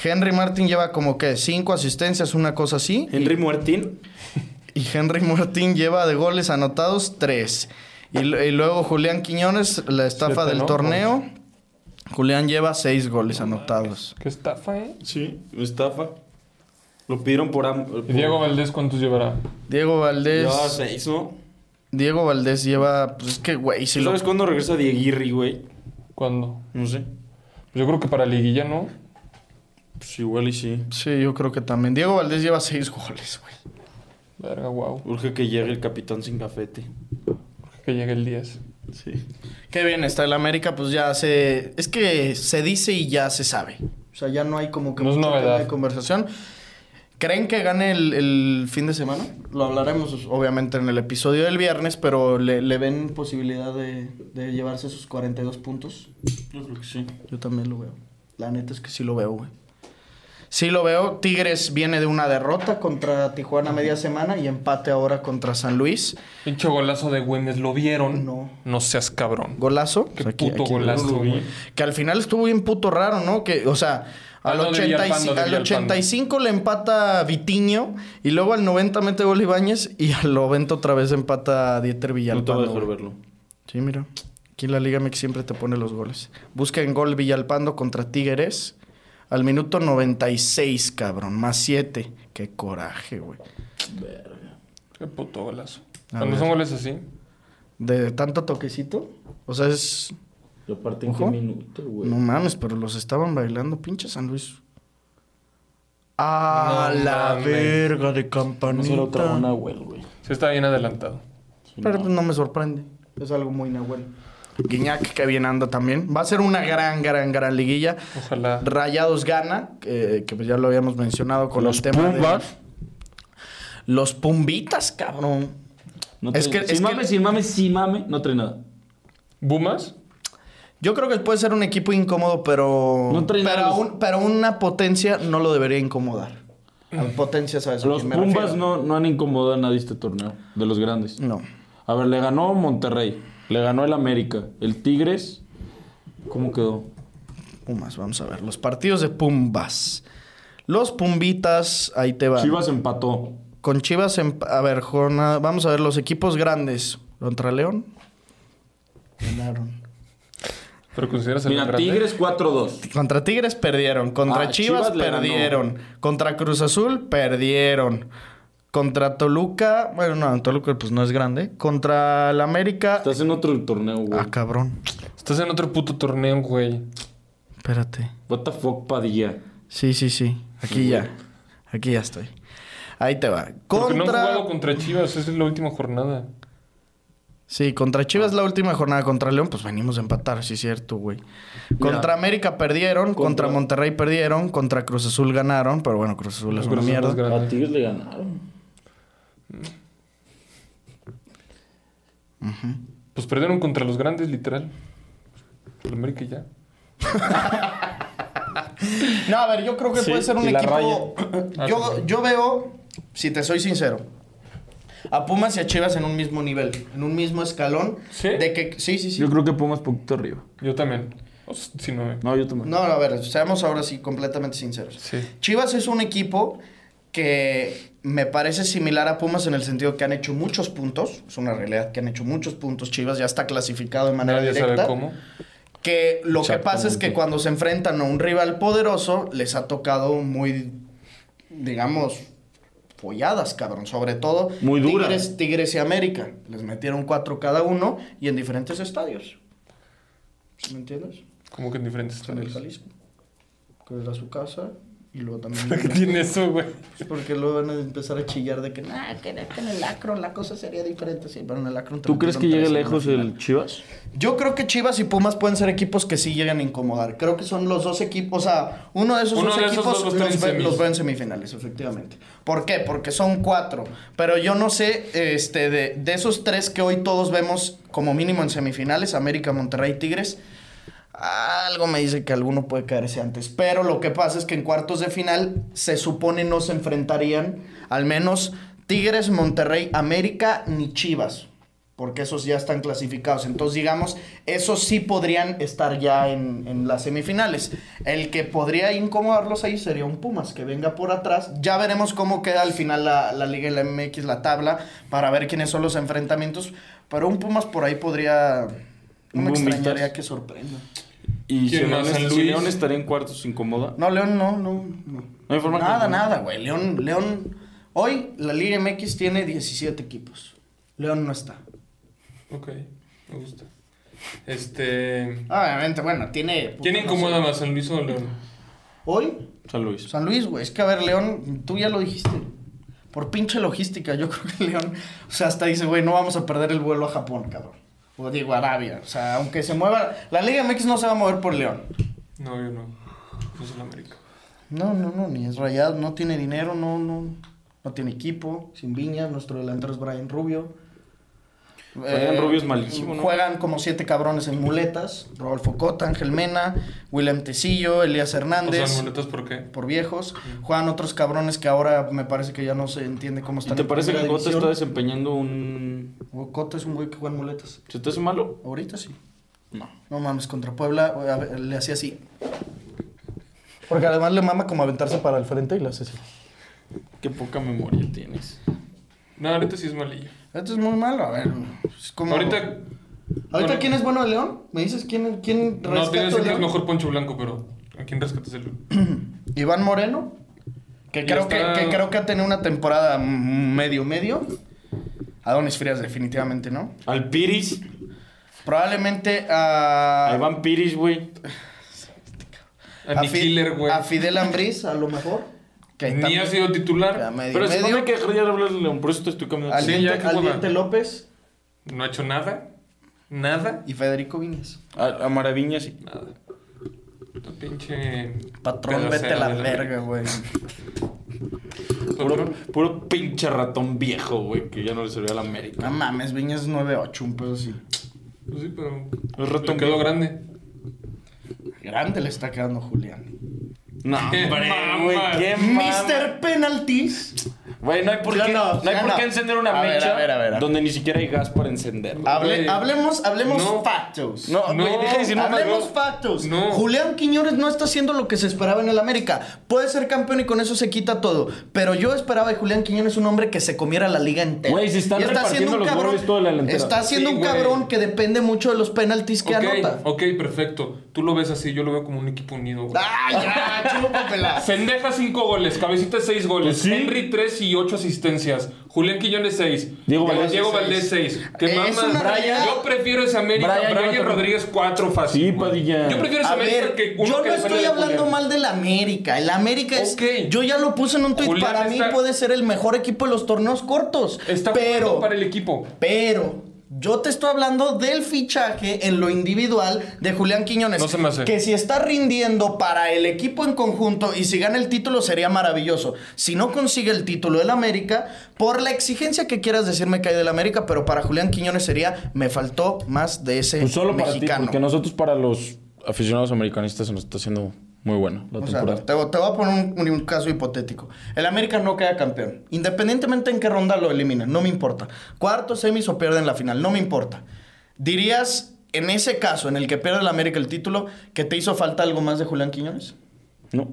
B: Henry Martin lleva como que cinco asistencias, una cosa así.
E: Henry Muertín.
B: Y Henry Martín lleva de goles anotados tres. Y, lu- y luego Julián Quiñones, la estafa
C: Siete,
B: del
C: ¿no?
B: torneo. Julián lleva seis goles anotados.
C: Qué estafa, ¿eh?
E: Sí, estafa. Lo pidieron por ambos.
C: ¿Y Diego Valdés cuántos llevará?
B: Diego Valdés.
E: Ya, seis, ¿no?
B: Diego Valdés lleva. Pues es que, güey, si
E: ¿Tú
B: lo.
E: ¿Sabes cuándo regresa Dieguirri, güey?
C: ¿Cuándo? Pues
E: No sé.
C: Yo creo que para Liguilla, ¿no?
E: Pues igual y sí.
B: Sí, yo creo que también. Diego Valdés lleva seis goles, güey.
C: Verga, wow.
E: Urge que llegue el capitán sin cafete.
C: Que llegue el 10.
E: Sí.
B: Qué bien está el América, pues ya se. Es que se dice y ya se sabe. O sea, ya no hay como que
C: No es
B: mucho
C: novedad.
B: tema de conversación. ¿Creen que gane el, el fin de semana? Lo hablaremos, pues, obviamente, en el episodio del viernes, pero ¿le, le ven posibilidad de, de llevarse sus 42 puntos?
E: Yo creo que sí.
B: Yo también lo veo. La neta es que sí lo veo, güey. Sí lo veo. Tigres viene de una derrota contra Tijuana media semana y empate ahora contra San Luis.
C: Pinche golazo de Güemes, ¿lo vieron?
B: No.
C: No seas cabrón.
B: Golazo.
C: Qué
B: O sea, Pues aquí-
C: puto
B: aquí-
C: golazo,
E: lo vi.
C: güey.
B: Que al final estuvo bien puto raro, ¿no? Que, o sea, al,
C: Ah, no, de
B: 85
C: Villalpando, de
B: al
C: Villalpando.
B: 85 le empata Vitiño y luego al 90 mete gol Ibáñez y al 90 otra vez empata Dieter
E: no te
B: Villalpando.
E: voy a dejar
B: güey.
E: verlo.
B: Sí, mira. Aquí la Liga MX siempre te pone los goles. Busca en gol Villalpando contra Tigres. Al minuto 96, cabrón. Más 7. Qué coraje, güey.
C: Qué puto golazo.
B: A
C: Cuando
B: ver.
C: son goles así.
B: De tanto toquecito. O sea, es...
D: Y aparte,
B: ¿en qué Ojo.
D: minuto,
B: No mames, pero los estaban bailando, pinche San Luis. A
C: No
B: la
C: mames.
B: verga de campanita.
D: Nahuel, güey.
C: Sí está bien adelantado.
B: Pero pues, no me sorprende. Es algo muy nahuel. Guiñac, que bien anda también. Va a ser una gran, gran, gran liguilla.
C: Ojalá.
B: Rayados gana, eh, que pues ya lo habíamos mencionado con
D: Los
B: el tema de-
D: Pumas.
B: Los Pumbitas, cabrón. Es que- es que-
E: sin mame, sin mame, no trae nada.
C: ¿Bumas?
B: Yo creo que puede ser un equipo incómodo, pero...
E: No trae
B: pero,
E: nada los-
B: un- pero una potencia no lo debería incomodar. A potencia, ¿sabes? a
D: Los
B: quién me
D: Pumas
B: refiero?
D: no, no han incomodado a nadie este torneo, de los grandes.
B: No.
D: A ver, le ganó Monterrey, le ganó el América, el Tigres. ¿Cómo quedó?
B: Pumas, vamos a ver. Los partidos de Pumbas. Los Pumbitas, ahí te va.
D: Chivas empató.
B: Con Chivas, en, a ver, jornada- vamos a ver los equipos grandes. Contra León. Ganaron.
C: ¿Pero consideras el
D: Mira,
C: grande?
D: Tigres 4-2.
B: Contra Tigres perdieron. Contra
D: Ah,
B: Chivas,
D: Chivas le ganó.
B: perdieron. Contra Cruz Azul perdieron. Contra Toluca, bueno, no, Toluca pues no es grande. Contra el América.
D: Estás en otro torneo, güey.
B: Ah, cabrón.
C: Estás en otro puto torneo, güey.
B: Espérate.
D: What the fuck, Padilla.
B: Sí, sí, sí. Aquí ya. Aquí ya estoy. Ahí te va. Contra
C: Porque no han jugado contra Chivas. Esa es la última jornada.
B: Sí, contra Chivas
C: Ah.
B: la última jornada, contra León, pues venimos a empatar, sí es cierto, güey. Contra América perdieron, contra... Monterrey perdieron, contra Cruz Azul ganaron, pero bueno, Cruz Azul es
C: Cruz
B: una
C: Azul es
B: mierda.
C: grande.
D: A Tigres le ganaron.
C: Pues perdieron contra los grandes, literal. Pues El América y ya.
B: No, a ver, yo creo que puede ser un
E: y la
B: equipo.
C: Ah, sí,
B: Yo, yo veo, si te soy sincero, a Pumas y a Chivas en un mismo nivel, en un mismo escalón.
C: ¿Sí?
B: De que, sí, sí, sí.
D: Yo creo que Pumas poquito arriba.
C: Yo también. O s- Si no, eh.
D: No, yo también.
B: No, a ver, seamos ahora sí completamente sinceros.
C: Sí.
B: Chivas es un equipo que me parece similar a Pumas en el sentido que han hecho muchos puntos. Es una realidad que han hecho muchos puntos. Chivas ya está clasificado de manera
C: Nadie
B: directa.
C: sabe cómo.
B: Que lo que pasa es
D: Exactamente.
B: que cuando se enfrentan a un rival poderoso, les ha tocado muy, digamos, folladas, cabrón. Sobre todo
D: Muy dura.
B: Tigres, Tigres y América. Les metieron cuatro cada uno y en diferentes estadios. ¿Sí ¿Me entiendes?
C: Como que en diferentes
B: en el
C: estadios.
B: Jalisco. Que era su casa Y luego también.
C: ¿Qué tiene eso, güey?
B: Pues Porque luego van a empezar a chillar de que, nah, que que en el Akron la cosa sería diferente. Sí, pero en el Akron te
D: ¿Tú crees que
B: metieron
D: llegue
B: tres en
D: lejos
B: la final.
D: el Chivas?
B: Yo creo que Chivas y Pumas pueden ser equipos que sí llegan a incomodar. Creo que son los dos equipos, o sea, uno de esos
C: Uno
B: dos
C: de esos
B: equipos
C: dos va a estar
B: los,
C: en
B: ve-
C: semis.
B: los veo en semifinales, efectivamente. ¿Por qué? Porque son cuatro. Pero yo no sé, este, de, de esos tres que hoy todos vemos como mínimo en semifinales, América, Monterrey, Tigres, algo me dice que alguno puede caerse antes. Pero lo que pasa es que en cuartos de final se supone no se enfrentarían al menos Tigres, Monterrey, América ni Chivas. Porque esos ya están clasificados. Entonces, digamos, esos sí podrían estar ya en, en las semifinales. El que podría incomodarlos ahí sería un Pumas, que venga por atrás. Ya veremos cómo queda al final la, la Liga y la MX, la tabla, para ver quiénes son los enfrentamientos. Pero un Pumas por ahí podría. No me
E: Un Pumitas.
B: extrañaría que sorprenda.
E: Y si
C: ¿Quién más?
E: León,
C: San
E: si
C: Luis.
E: León estaría en cuartos incomoda.
B: No, León no, no, no.
E: No hay forma que-
B: Nada, nada, güey. León, León. Hoy la Liga MX tiene 17 equipos. León no está.
C: Ok, me gusta. Este.
B: Obviamente, bueno, tiene.
C: ¿Quién incomoda más, San Luis o León?
B: Hoy,
E: San Luis.
B: San Luis, güey. Es que, a ver, León, tú ya lo dijiste. Por pinche logística, yo creo que León. O sea, hasta dice, güey, no vamos a perder el vuelo a Japón, cabrón. O digo, Arabia. O sea, aunque se mueva. La Liga MX no se va a mover por León.
C: No, yo no. No soy América.
B: No, no, no, ni es rayado, no tiene dinero, no, no, no tiene equipo, sin viñas, nuestro delantero es Brian Rubio.
C: Eh,
B: Eh,
E: Brian Rubio es malísimo, ¿no?
B: Juegan como siete cabrones en muletas, Rodolfo Cota, Ángel Mena, William Tecillo, Elías
C: O
B: Hernández,
C: sea, muletas, ¿por qué?
B: por viejos, juegan otros cabrones que ahora me parece que ya no se entiende
E: ¿Y
B: cómo están.
E: te
B: en
E: parece que
B: primera
E: Cota está
B: división.
E: desempeñando un.
B: Cota es un güey que juega en muletas,
E: ¿Se te hace malo?
B: ahorita sí.
E: No.
B: No mames, contra Puebla güey, a ver, le hacía así. Porque además le mama como aventarse para el frente y le hace así.
E: Qué poca memoria tienes.
C: No, ahorita sí es malillo.
B: Esto es muy malo, a ver. Es como...
C: Ahorita.
B: ¿Ahorita
C: bueno.
B: quién es bueno de León? ¿Me dices quién, quién
C: No, te iba a
B: rescata
C: decir
B: a
C: que es
B: León?
C: mejor Poncho Blanco, pero ¿a quién rescatas el
B: Iván Moreno, que
C: Y
B: creo,
C: está-
B: que, que creo que ha tenido una temporada medio-medio. Adonis Frías definitivamente, ¿no?
E: Al Piris.
B: Probablemente a...
D: Ah.
E: A Iván Piris, güey.
C: A mi
B: Fi-
C: killer, güey.
B: a Fidel Ambriz, a lo mejor. Que
C: Ni
B: también-
C: ha sido
B: a
C: titular.
B: medio,
E: Pero si no
B: medio.
E: me quejas ya de hablar de León, por eso te estoy cambiando.
B: Al
C: Sí,
B: Diente-
C: ya, qué
B: al
C: hueva.
B: Diente López
C: No ha hecho nada. Nada.
B: y Federico Viñas.
E: A, a Maraviña sí.
D: Ah,
C: Nada. Tu pinche.
B: Patrón, vete a
C: pedacera
B: la
C: de
B: verga, güey.
E: Puro, puro pinche ratón viejo, güey, que ya no le servía a la América.
B: No mames, Viñas 9-8, un pedo así.
C: Pues sí, pero.
E: El ratón
C: le quedó
E: viejo.
C: grande.
B: Grande le está quedando Julián.
E: No,
C: Qué
E: hombre,
C: mama.
E: güey, qué mama.
B: Mr. Penalties.
E: Güey, no hay por
B: Ya
E: qué,
B: no,
E: no, hay
B: ya
E: por
B: no.
E: qué encender una
B: A ver,
E: mecha
B: a ver, a ver, a ver.
E: donde ni siquiera hay gas para encender. güey.
B: Hable-
C: Güey.
B: hablemos hablemos
C: No.
B: factos.
E: No,
C: No,
E: no, deja de decir mamá,
B: Hablemos
E: güey.
B: factos.
C: No.
B: Julián Quiñones no está haciendo lo que se esperaba en el América. Puede ser campeón y con eso se quita todo. Pero yo esperaba de Julián Quiñones un hombre que se comiera la liga entera.
E: Güey, se están
B: Y está
E: repartiendo
B: siendo un
E: los
B: cabrón-
E: goles toda la delantera.
B: Está haciendo
C: Sí,
B: un
C: güey.
B: cabrón que depende mucho de los penaltis que
C: ok,
B: anota.
C: ok, perfecto. Tú lo ves así, yo lo veo como un equipo unido, güey.
B: ¡Ah, ya! chúpamela.
C: Sendeja 5 goles, Cabecita 6 goles,
E: Pues sí.
C: Henry 3 y 8 asistencias, Julián Quiñones 6,
E: Diego Valdés
C: Valdés 6. ¿Qué
B: Es
C: mamas?
B: una realidad.
C: yo prefiero ese América,
E: Brian,
C: Brian,
E: Jonathan-
C: Rodríguez 4 fácil.
E: Sí,
C: güey.
E: Padilla.
C: Yo prefiero ese
B: A
C: América
B: ver,
C: que uno
B: yo
C: que
B: no
C: le sale
B: estoy
C: de
B: hablando
C: Julián.
B: mal del América. El América es.
C: Ok.
B: Yo ya lo puse en un tweet.
C: Julián
B: para mí
C: está-
B: puede ser el mejor equipo de los torneos cortos.
C: Está
B: pero,
C: jugando para el equipo.
B: pero, yo te estoy hablando del fichaje en lo individual de Julián Quiñones.
C: No se me hace.
B: Que si está rindiendo para el equipo en conjunto y si gana el título sería maravilloso. Si no consigue el título del América, por la exigencia que quieras decirme que hay del América, pero para Julián Quiñones sería, me faltó más de ese
D: Pues solo para ti,
B: mexicano.
D: porque nosotros para los aficionados americanistas se nos está haciendo muy buena la
B: O sea,
D: temporada.
B: te, vo- te voy a poner un, un- un caso hipotético. El América no queda campeón. Independientemente en qué ronda lo eliminan, no me importa. Cuartos, semis o pierden la final, no me importa. ¿Dirías, en ese caso, en el que pierde el América el título, que te hizo falta algo más de Julián Quiñones?
D: No.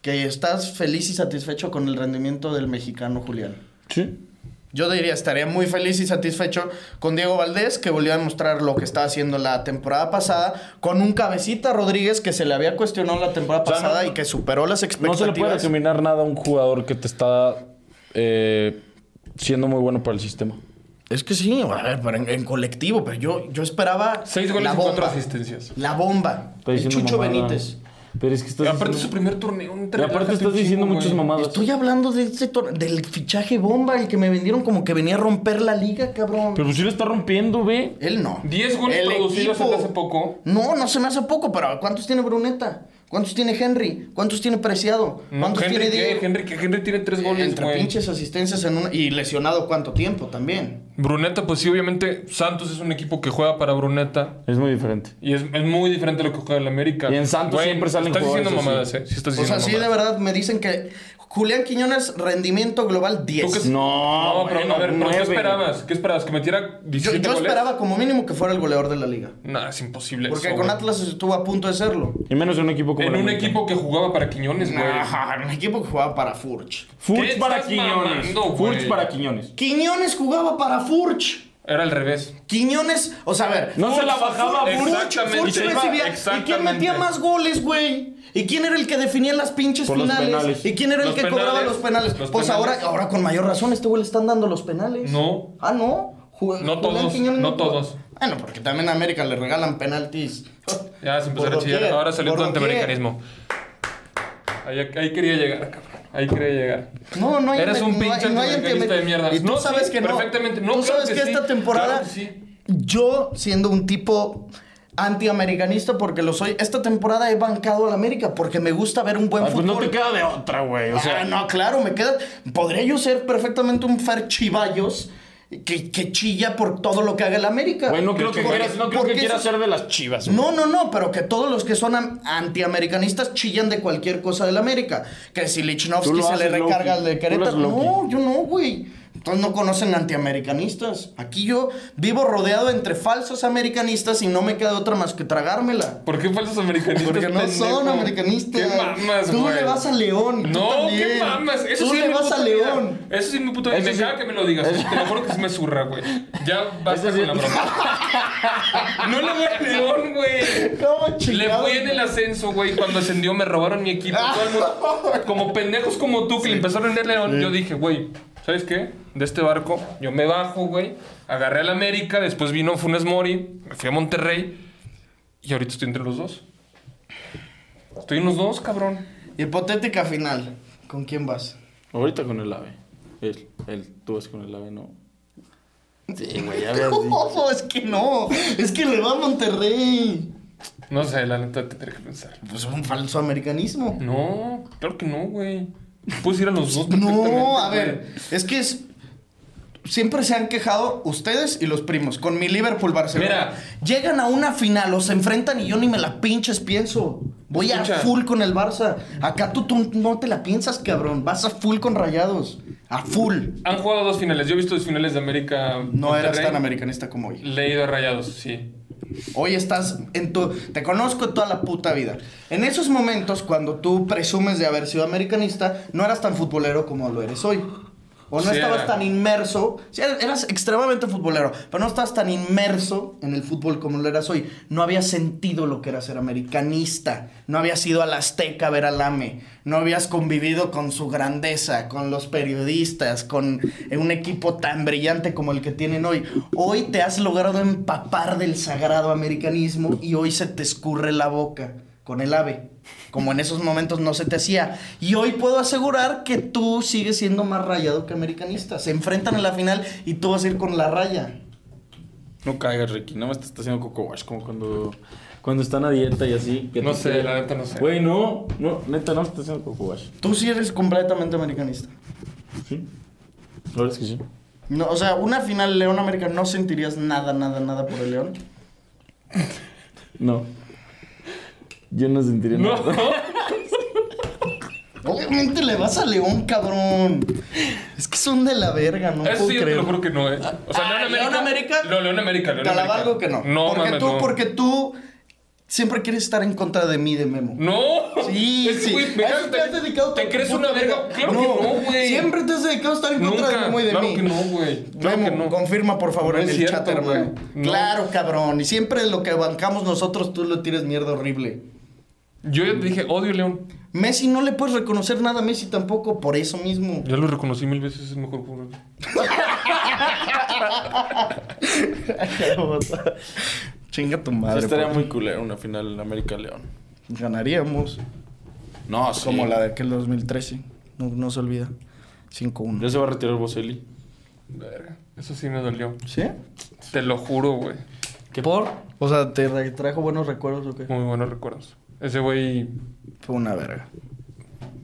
B: ¿Que estás feliz y satisfecho con el rendimiento del mexicano Julián?
D: Sí.
B: Yo diría, estaría muy feliz y satisfecho con Diego Valdés, que volvió a demostrar lo que estaba haciendo la temporada pasada, con un cabecita Rodríguez que se le había cuestionado la temporada
D: O sea,
B: pasada
D: no-
B: y que superó las
D: No
B: expectativas.
D: se le puede determinar nada a un jugador que te está eh, siendo muy bueno para el sistema.
B: Es que sí, a ver, pero en, en colectivo, pero yo, yo esperaba.
C: Seis goles
B: la
C: y cuatro
B: bomba.
C: asistencias.
B: La bomba.
D: Estoy
B: el
D: diciendo
B: Chucho
D: mamada.
B: Benítez.
D: Pero es que estás
C: aparte su
D: diciendo-
C: primer torneo. no te
D: y aparte
C: relajaste
D: estás
C: un
D: diciendo
C: chingo,
D: muchas
C: güey.
D: mamadas.
B: Estoy hablando de ese tor- del fichaje bomba, el que me vendieron como que venía a romper la liga, cabrón.
D: Pero pues sí lo está rompiendo, ve.
B: Él no.
C: 10 goles
B: El
C: producidos
B: equipo.
C: hasta hace poco.
B: No, no se me hace poco, pero ¿cuántos tiene Bruneta? ¿Cuántos tiene Henry? ¿Cuántos tiene Preciado?
C: No,
B: ¿Cuántos
C: Henry,
B: tiene
C: ¿qué?
B: Diego?
C: Henry, que Henry tiene
D: Eh,
C: 3 goles,
B: Entre
C: güey.
B: pinches asistencias en una... Y lesionado cuánto tiempo también.
C: Bruneta, pues sí, obviamente Santos es un equipo que juega para Bruneta.
D: Es muy diferente.
C: Y es, es muy diferente a lo que juega el América.
D: Y en Santos siempre salen
C: estás diciendo
D: jugadores
C: mamadas, ¿eh? Sí estás
B: O
C: diciendo
B: sea, sí, de
C: mamadas.
B: verdad, me dicen que Julián Quiñones, rendimiento global 10.
C: ¿Tú qué-
D: No,
C: No, pero
D: bueno,
C: a ver, ¿pero ¿qué
D: nueve.
C: esperabas? ¿Qué esperabas? ¿Que metiera
B: Yo,
C: 17
B: yo
C: goles?
B: esperaba como mínimo que fuera el goleador de la liga.
C: Nah, es imposible
B: Porque
C: eso,
B: con
C: güey.
B: Atlas estuvo a punto de serlo.
D: Y menos en un equipo como
C: En
D: el
C: un
D: América.
C: equipo que jugaba para Quiñones, güey.
B: Ajá, un equipo que jugaba para Furch.
D: Furch
C: ¿Qué
D: para
C: estás
D: Quiñones.
C: mamando, güey?
D: Furch para Quiñones.
B: Quiñones jugaba para Furch.
C: Era al revés.
B: Quiñones, o sea, a ver.
D: No se la
B: Furch-
D: bajaba
B: Furch-
C: Furch.
B: Furch
C: Exactamente.
B: recibía. ¿Y quién
C: Exactamente.
B: metía más goles, güey? ¿Y quién era el que definía las pinches
D: Por los
B: finales?
D: penales.
B: ¿Y quién era el
C: Los
B: que cobraba
C: penales.
B: los penales?
C: Los
B: pues
C: penales.
B: Ahora, ahora con mayor razón, este güey le están dando los penales.
C: No.
B: Ah, no. Ju-
C: No
B: Julián
C: todos,
B: Quiñones
C: no
B: jugó.
C: todos.
B: Bueno, porque también a América le regalan penaltis.
C: Ya se empezó
B: Por
C: a chillar.
B: doquier,
C: Ahora salió
B: por
C: tu
B: doquier.
C: antiamericanismo. Ahí, ahí quería llegar, cabrón. Ahí quería llegar.
B: No, no hay
C: Eres un
B: no hay-
C: pinche
B: no hay
C: antiamericanista
B: antiamer-
C: de mierda.
B: Y tú
C: No, sí,
B: sabes que no.
C: perfectamente. No,
B: tú
C: claro
B: sabes que,
C: que sí,
B: esta temporada,
C: claro que sí.
B: yo siendo un tipo antiamericanista porque lo soy, esta temporada he bancado al América porque me gusta ver un buen
D: Ah, pues
B: fútbol.
D: no te queda de otra, güey. O
B: Ah,
D: sea,
B: no, claro, me queda. Podría yo ser perfectamente un Fer Chivallos que, que chilla por todo lo que haga el América.
D: güey, no creo que
B: Porque-
D: quieras, no creo
B: porque
D: que quieras
B: eso-
D: ser de las chivas. güey.
B: no, no, no, pero que todos los que son am- antiamericanistas chillan de cualquier cosa del América. Que si
D: Tú
B: Lichnowsky
D: lo
B: se le
D: haces,
B: recarga
D: Loki.
B: al de
D: Tú lo
B: Querétaro.
D: haces, Loki.
B: No, yo no, güey. Entonces no conocen antiamericanistas. Aquí yo vivo rodeado entre falsos americanistas y no me queda otra más que tragármela.
C: ¿Por qué falsos americanistas?
B: Porque no
C: pendejo?
B: son americanistas.
C: ¿Qué mamas,
B: Tú
C: güey?
B: le vas a León. tú
C: No,
B: también.
C: ¿qué mamas? Eso
B: tú
C: sí
B: le
C: es mi
B: vas
C: puta
B: a León.
C: vida. Eso sí es mi puta vida.
D: Eso
C: Me
D: sí.
C: caga que me lo digas. Te lo juro que sí me zurra, güey. Ya basta
D: Eso sí.
C: con la broma. no le voy a León, güey.
B: ¿Cómo
C: Le
B: chingados?
C: fui en el ascenso, güey. Cuando ascendió me robaron mi equipo. Todo el mundo- como pendejos como tú que le empezaron a ir León, yo dije, güey, ¿sabes qué? De este barco, yo me bajo, güey. Agarré al América, después vino Funes Mori, me fui a Monterrey. Y ahorita estoy entre los dos. Estoy en los dos, cabrón.
B: Hipotética final. ¿Con quién vas?
D: Ahorita con el ave. Él, él, tú vas con el ave, no. Sí, güey, ya
B: No, es que no. Es que le va a Monterrey.
C: No sé, la neta te tendré que pensar.
B: Pues un falso americanismo.
C: No, claro que no, güey. Puedes ir a los dos perfectamente.
B: No, a
C: güey.
B: ver. Es que es. Siempre se han quejado ustedes y los primos con mi Liverpool Barcelona.
C: Mira.
B: Llegan a una final, o se enfrentan y yo ni me la pinches pienso. Voy a
C: Escucha.
B: full con el Barça. Acá tú, tú no te la piensas, cabrón. Vas a full con rayados. A full.
C: Han jugado dos finales. Yo he visto dos finales de América.
B: No eras
C: Monterrey.
B: tan americanista como hoy.
C: Le he ido a rayados, sí.
B: Hoy estás en tu... Te conozco toda la puta vida. En esos momentos, cuando tú presumes de haber sido americanista, no eras tan futbolero como lo eres hoy. O no
C: Sí,
B: estabas
C: era.
B: tan inmerso. sí, er- eras extremadamente futbolero, pero no estabas tan inmerso en el fútbol como lo eras hoy. No habías sentido lo que era ser americanista. No habías ido al Azteca a ver al AME. No habías convivido con su grandeza, con los periodistas, con eh, un equipo tan brillante como el que tienen hoy. Hoy te has logrado empapar del sagrado americanismo y hoy se te escurre la boca con el ave, como en esos momentos no se te hacía. Y hoy puedo asegurar que tú sigues siendo más rayado que americanista. Se enfrentan en la final y tú vas a ir con la raya.
D: No caigas, Ricky. Nada más te está haciendo coco wash, como cuando, cuando están a dieta y así. que
C: No
D: te-
C: sé, la neta no sé.
D: Güey, no, no, neta, no te está haciendo coco wash.
B: Tú sí eres completamente americanista.
D: Sí. La verdad es que sí.
B: No, o sea, una final León América no sentirías nada, nada, nada por el León.
D: No. Yo no sentiría
C: No,
D: nada.
B: Obviamente le vas a León, cabrón. Es que son de la verga, no
C: eso
B: puedo
C: sí yo te
B: creer.
C: lo juro que no, eh. O sea,
B: Ah,
C: León América.
B: ¿León América?
C: No, León América, León
B: Te la
C: América.
B: valgo que no.
C: No,
B: porque
C: mames,
B: tú,
C: no.
B: porque tú siempre quieres estar en contra de mí, de Memo.
C: No.
B: Sí,
C: Es que,
B: sí.
C: güey, me
B: A eso
C: cagas,
B: te has dedicado
C: ¿Te
B: toda tu
C: crees
B: puta
C: una verga?
B: vida.
C: Claro que no, güey.
B: Siempre te has dedicado a estar en contra
C: Nunca.
B: de Memo y de
C: claro
B: mí.
C: que no, güey. Claro
B: Memo,
C: que no.
B: confirma por favor
C: No
B: en
C: es
B: el
C: cierto,
B: chat, hermano.
C: güey. No.
B: Claro, cabrón. Y siempre lo que bancamos nosotros, tú lo tienes mierda horrible.
C: Yo ya te dije, odio León.
B: Messi no le puedes reconocer nada a Messi tampoco por eso mismo.
C: Ya lo reconocí mil veces, es mejor jugador.
B: Chinga tu
D: Sí
B: madre.
D: estaría
B: por- pues.
D: muy culero una final en América León.
B: Ganaríamos.
E: No, sí.
B: Como la de aquel 2013. No, no se olvida. 5-1.
E: Ya se va a retirar Boselli.
C: Verga. Eso sí me dolió.
B: ¿Sí?
C: Te lo juro, güey.
B: ¿Por? O sea, ¿te re- trajo buenos recuerdos o qué?
C: Muy buenos recuerdos. Ese güey
B: Fue una verga.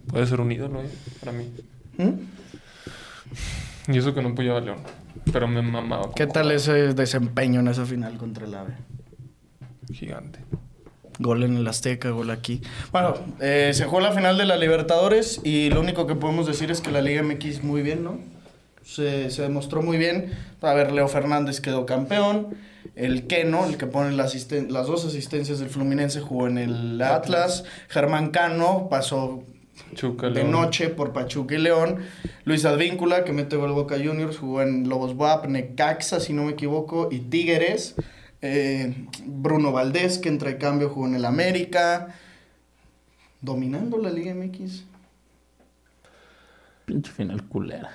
C: puede ser un ídolo, güey, para mí.
B: ¿Mm?
C: Y eso que no apoyaba a León. Pero me mamaba. como
B: ¿Qué tal ese desempeño en esa final contra el AVE?
C: Gigante.
B: Gol en el Azteca, gol aquí. Bueno, eh, se jugó la final de la Libertadores y lo único que podemos decir es que la Liga MX muy bien, ¿no? Se, se demostró muy bien. A ver, Leo Fernández quedó campeón. El Keno, el que pone la asisten- las dos asistencias del Fluminense, jugó en el Atlas. Germán Cano pasó
C: Chuca,
B: de
C: León.
B: noche por Pachuca y León. Luis Advíncula, que mete gol Boca Juniors, jugó en Lobos Buap, Necaxa, si no me equivoco, y Tigres. Eh, Bruno Valdés, que entre cambio jugó en el América. Dominando la Liga MX.
D: Pinche final culera.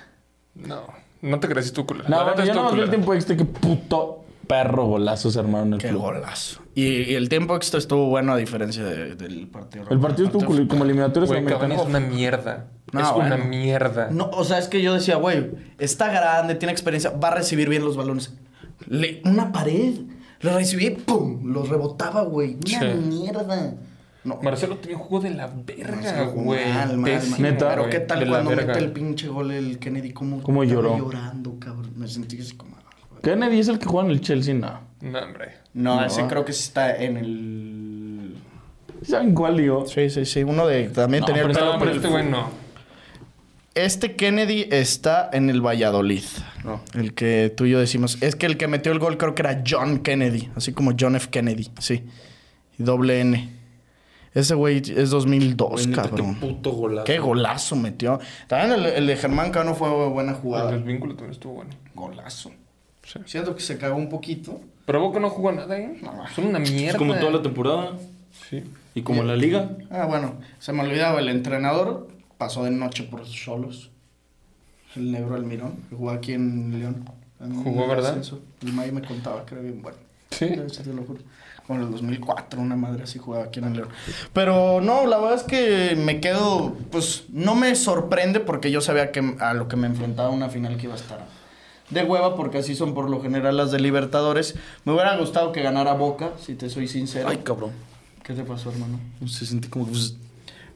C: No. No te creas tú, culera.
D: No,
C: La
D: bueno,
C: neta
D: yo
C: estuvo
D: no vi el
C: culera.
D: tiempo extra. Qué puto perro golazos armaron el
B: Qué
D: club.
B: golazo. Y, y el tiempo extra estuvo bueno a diferencia de- del partido.
D: El partido estuvo culi- como eliminatorias
C: Güey, cabrón, es
D: americanas.
C: una mierda.
B: No,
C: es una
B: bueno.
C: mierda.
B: No, o sea, es que yo decía, güey, está grande, tiene experiencia, va a recibir bien los balones. Le- una pared, lo recibí, ¡pum! Los rebotaba, güey. Una
C: Sí.
B: mierda. No,
C: Marcelo tenía juego de la verga,
B: Marcelo jugó
C: güey.
B: mal, mal,
C: Pésimo,
B: mal.
D: Neta.
B: Pero
C: güey,
B: qué tal
C: de la
B: cuando
C: verga.
B: mete el pinche gol el Kennedy, cómo,
D: ¿Cómo
B: estaba
D: lloró?
B: llorando, cabrón. Me sentí así como... "Ah,
D: Kennedy es el que juega en el Chelsea, no.
C: No, hombre.
B: No, ah. ese creo que está en el...
D: ¿Saben cuál digo?
B: Sí, sí, sí, uno de... También
D: No,
B: tenía el
D: pero
B: pelo,
C: No,
D: estaba
C: pero
D: el
C: este güey no.
B: Este Kennedy está en el Valladolid. El que tú y yo decimos. Es que el que metió el gol creo que era John Kennedy. Así como John F. Kennedy. Sí. Y doble N. Ese güey es 2002,
D: Pues
B: cabrón.
E: Pues puto golazo.
B: Qué golazo metió. También el, el de Germán Cano fue buena
C: El
B: jugada.
C: vínculo también estuvo bueno.
B: Golazo.
C: Sí.
B: Siento que se cagó un poquito.
C: Pero Boca no jugó nada, ¿eh? Son una mierda.
E: Es como toda la temporada.
C: Sí.
E: Y como la liga.
B: Ah, bueno. Se me olvidaba. El entrenador pasó de noche por Solos. El negro Almirón. que Jugó aquí en León. En
C: Jugó,
B: el
C: ¿verdad?
B: ascenso. El May me contaba que era bien bueno.
C: Sí.
B: Debe ser, te lo juro. Como en el 2004, una madre así jugaba aquí en el León. Pero no, la verdad es que me quedo, pues no me sorprende porque yo sabía que a lo que me enfrentaba una final que iba a estar de hueva porque así son por lo general las de Libertadores. Me hubiera gustado que ganara Boca, si te soy sincero.
E: Ay, cabrón.
B: ¿Qué te pasó, hermano?
E: Pues, Se siente como.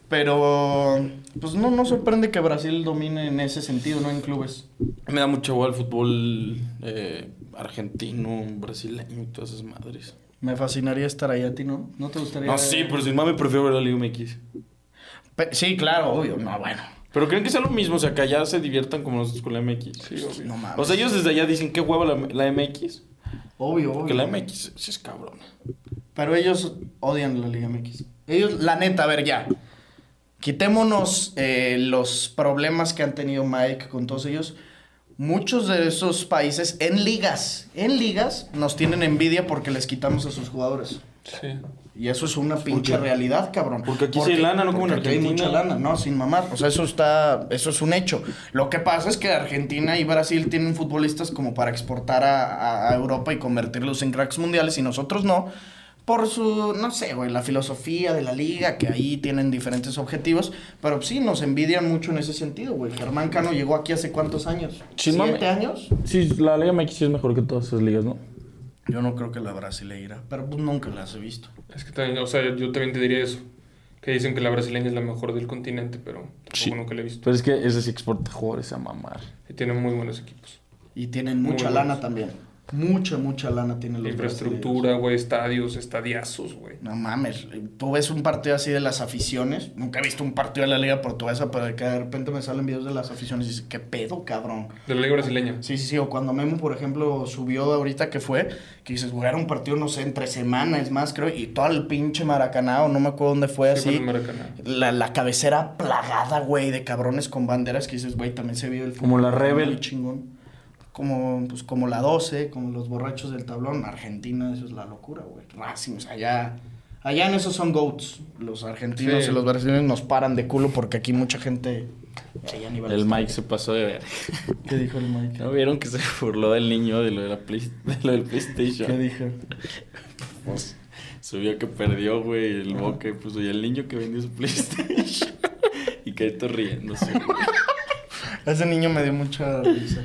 B: Pero pues no no sorprende que Brasil domine en ese sentido, no en clubes.
E: Me da mucha hueva el fútbol eh, argentino, brasileño y todas esas madres.
B: Me fascinaría estar ahí a ti, ¿no? ¿No te gustaría?
E: No, sí, pero sin mame prefiero ver la Liga MX.
B: Pe- sí, claro, obvio. No, bueno.
E: Pero creen que sea lo mismo, o sea, que allá se diviertan como nosotros con la MX.
C: Sí, obvio.
B: No mames.
E: O sea, ellos desde allá dicen qué hueva la, la MX.
B: obvio, obvio.
E: Porque la MX sí es cabrona.
B: Pero ellos odian la Liga MX. Ellos, la neta, a ver, ya. Quitémonos eh, los problemas que han tenido Mike con todos ellos. Muchos de esos países en ligas, en ligas, nos tienen envidia porque les quitamos a sus jugadores.
C: Sí.
B: Y eso es una pinche realidad, cabrón.
E: Porque aquí sí hay lana, no como en
B: porque aquí hay
E: Argentina.
B: mucha lana, no, sin mamar. O sea, eso está, eso es un hecho. Lo que pasa es que Argentina y Brasil tienen futbolistas como para exportar a, a- a Europa y convertirlos en cracks mundiales y nosotros no. Por su, no sé, güey, la filosofía de la liga, que ahí tienen diferentes objetivos. Pero sí, nos envidian mucho en ese sentido, güey. Germán Cano llegó aquí hace cuántos años?
D: Sin
B: ¿Siete
D: mame.
B: años?
D: Sí, la Liga MX sí es mejor que todas esas ligas, ¿no?
B: Yo no creo que la brasileira, pero pues nunca las he visto.
C: Es que también, o sea, yo, yo también te diría eso. Que dicen que la brasileña es la mejor del continente, pero tampoco
D: Sí.
C: nunca la he visto.
D: Pero es que ese sí exporta jugadores a mamar.
C: Y tienen muy buenos equipos.
B: Y tienen
C: Muy
B: mucha
C: buenos.
B: lana también. Mucha, mucha lana tienen los brasileños.
C: Infraestructura, güey, estadios, estadiazos, güey.
B: No mames, tú ves un partido así de las aficiones. Nunca he visto un partido de la Liga Portuguesa, pero de que de repente me salen videos de las aficiones y dices, ¿qué pedo, cabrón?
C: De la liga brasileña.
B: Sí, sí, sí. O cuando Memo, por ejemplo, subió ahorita que fue, que dices, güey, era un partido, no sé, entre semanas es más, creo, y todo el pinche Maracaná, o no me acuerdo dónde fue
C: Sí,
B: así.
C: fue en el Maracaná.
B: La, la cabecera plagada, güey, de cabrones con banderas que dices, güey, también se vio el
D: Como la
B: mexicano,
D: Rebel.
B: muy chingón. Como, pues, como la 12, como los borrachos del tablón. Argentina, eso es la locura, güey. Racing, o sea, allá, allá en esos son goats. Los argentinos
C: Sí.
B: y los brasileños nos paran de culo porque aquí mucha gente... allá ni va al
E: El
B: estadio.
E: Mike se pasó de ver.
B: ¿Qué dijo el Mike?
E: ¿No vieron que se burló del niño de lo, de la Play- de lo del PlayStation?
B: ¿Qué dijo?
E: Pues, Subió que perdió, güey, el
B: Ah.
E: boca y
D: pues,
E: puso ya el niño que vendió su PlayStation. y Carito riéndose. güey.
B: Ese niño me dio mucha risa.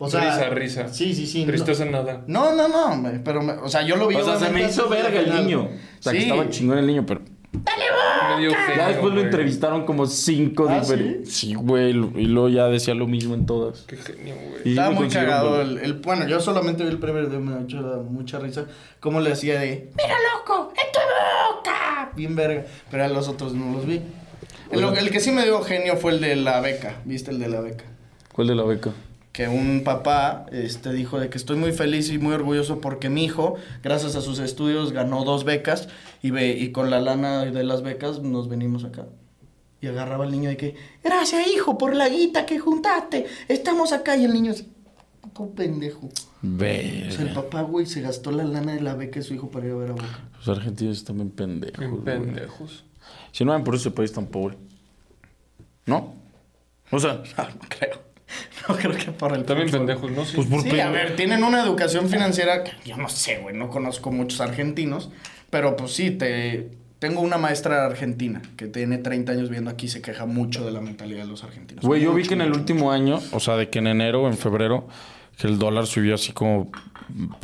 B: O sea,
C: risa, risa.
B: Sí, sí, sí.
C: Tristeza nada.
B: No, no, no, hombre, pero, me- o sea, yo lo vi.
E: O sea, se me
B: obviamente,
E: hizo
B: antes de
E: verga el
B: ganar.
E: niño.
D: O sea, que
B: Sí.
D: estaba chingón el niño, pero
C: Medio feo,
D: ya después lo
C: güey.
D: entrevistaron como cinco
B: ¿Ah,
D: diferentes. Sí, güey, lo- y luego ya decía lo mismo en todas.
C: Qué genio, güey.
D: Y
B: Estaba
D: me
B: muy
D: consiguieron,
B: cagado. El,
D: güey.
B: el- bueno, yo solamente vi el primer video, me ha hecho mucha risa. Cómo le hacía de, mira loco, en tu boca. Bien verga. Pero a los otros no los vi. El, el que sí me dio genio fue el de la beca. ¿Viste el de la beca?
D: ¿Cuál de la beca?
B: que un papá este, dijo de que estoy muy feliz y muy orgulloso porque mi hijo, gracias a sus estudios, ganó dos becas y, ve, y con la lana de las becas nos venimos acá. Y agarraba al niño de que, gracias hijo por la guita que juntaste, estamos acá. Y el niño es, puto pendejo. O sea, el
D: Verga.
B: papá, güey, se gastó la lana de la beca de su hijo para ir a ver a Boca.
D: Los argentinos están bien pendejos.
C: Qué
D: güey.
C: pendejos.
D: Si no, por ese país tan pobre. ¿No? O sea,
B: No, Ah, no creo. No creo que por el...
C: También pendejos, ¿no? Sí.
D: pues por
B: Sí,
D: pe-
B: a ver, tienen una educación financiera que yo no sé, güey, no conozco muchos argentinos, pero pues sí, te, tengo una maestra argentina que tiene 30 años viendo aquí y se queja mucho de la mentalidad de los argentinos.
D: Güey, yo vi
B: Mucho,
D: que en el
B: mucho,
D: último año, o sea, de que en enero o en febrero, que el dólar subió así como.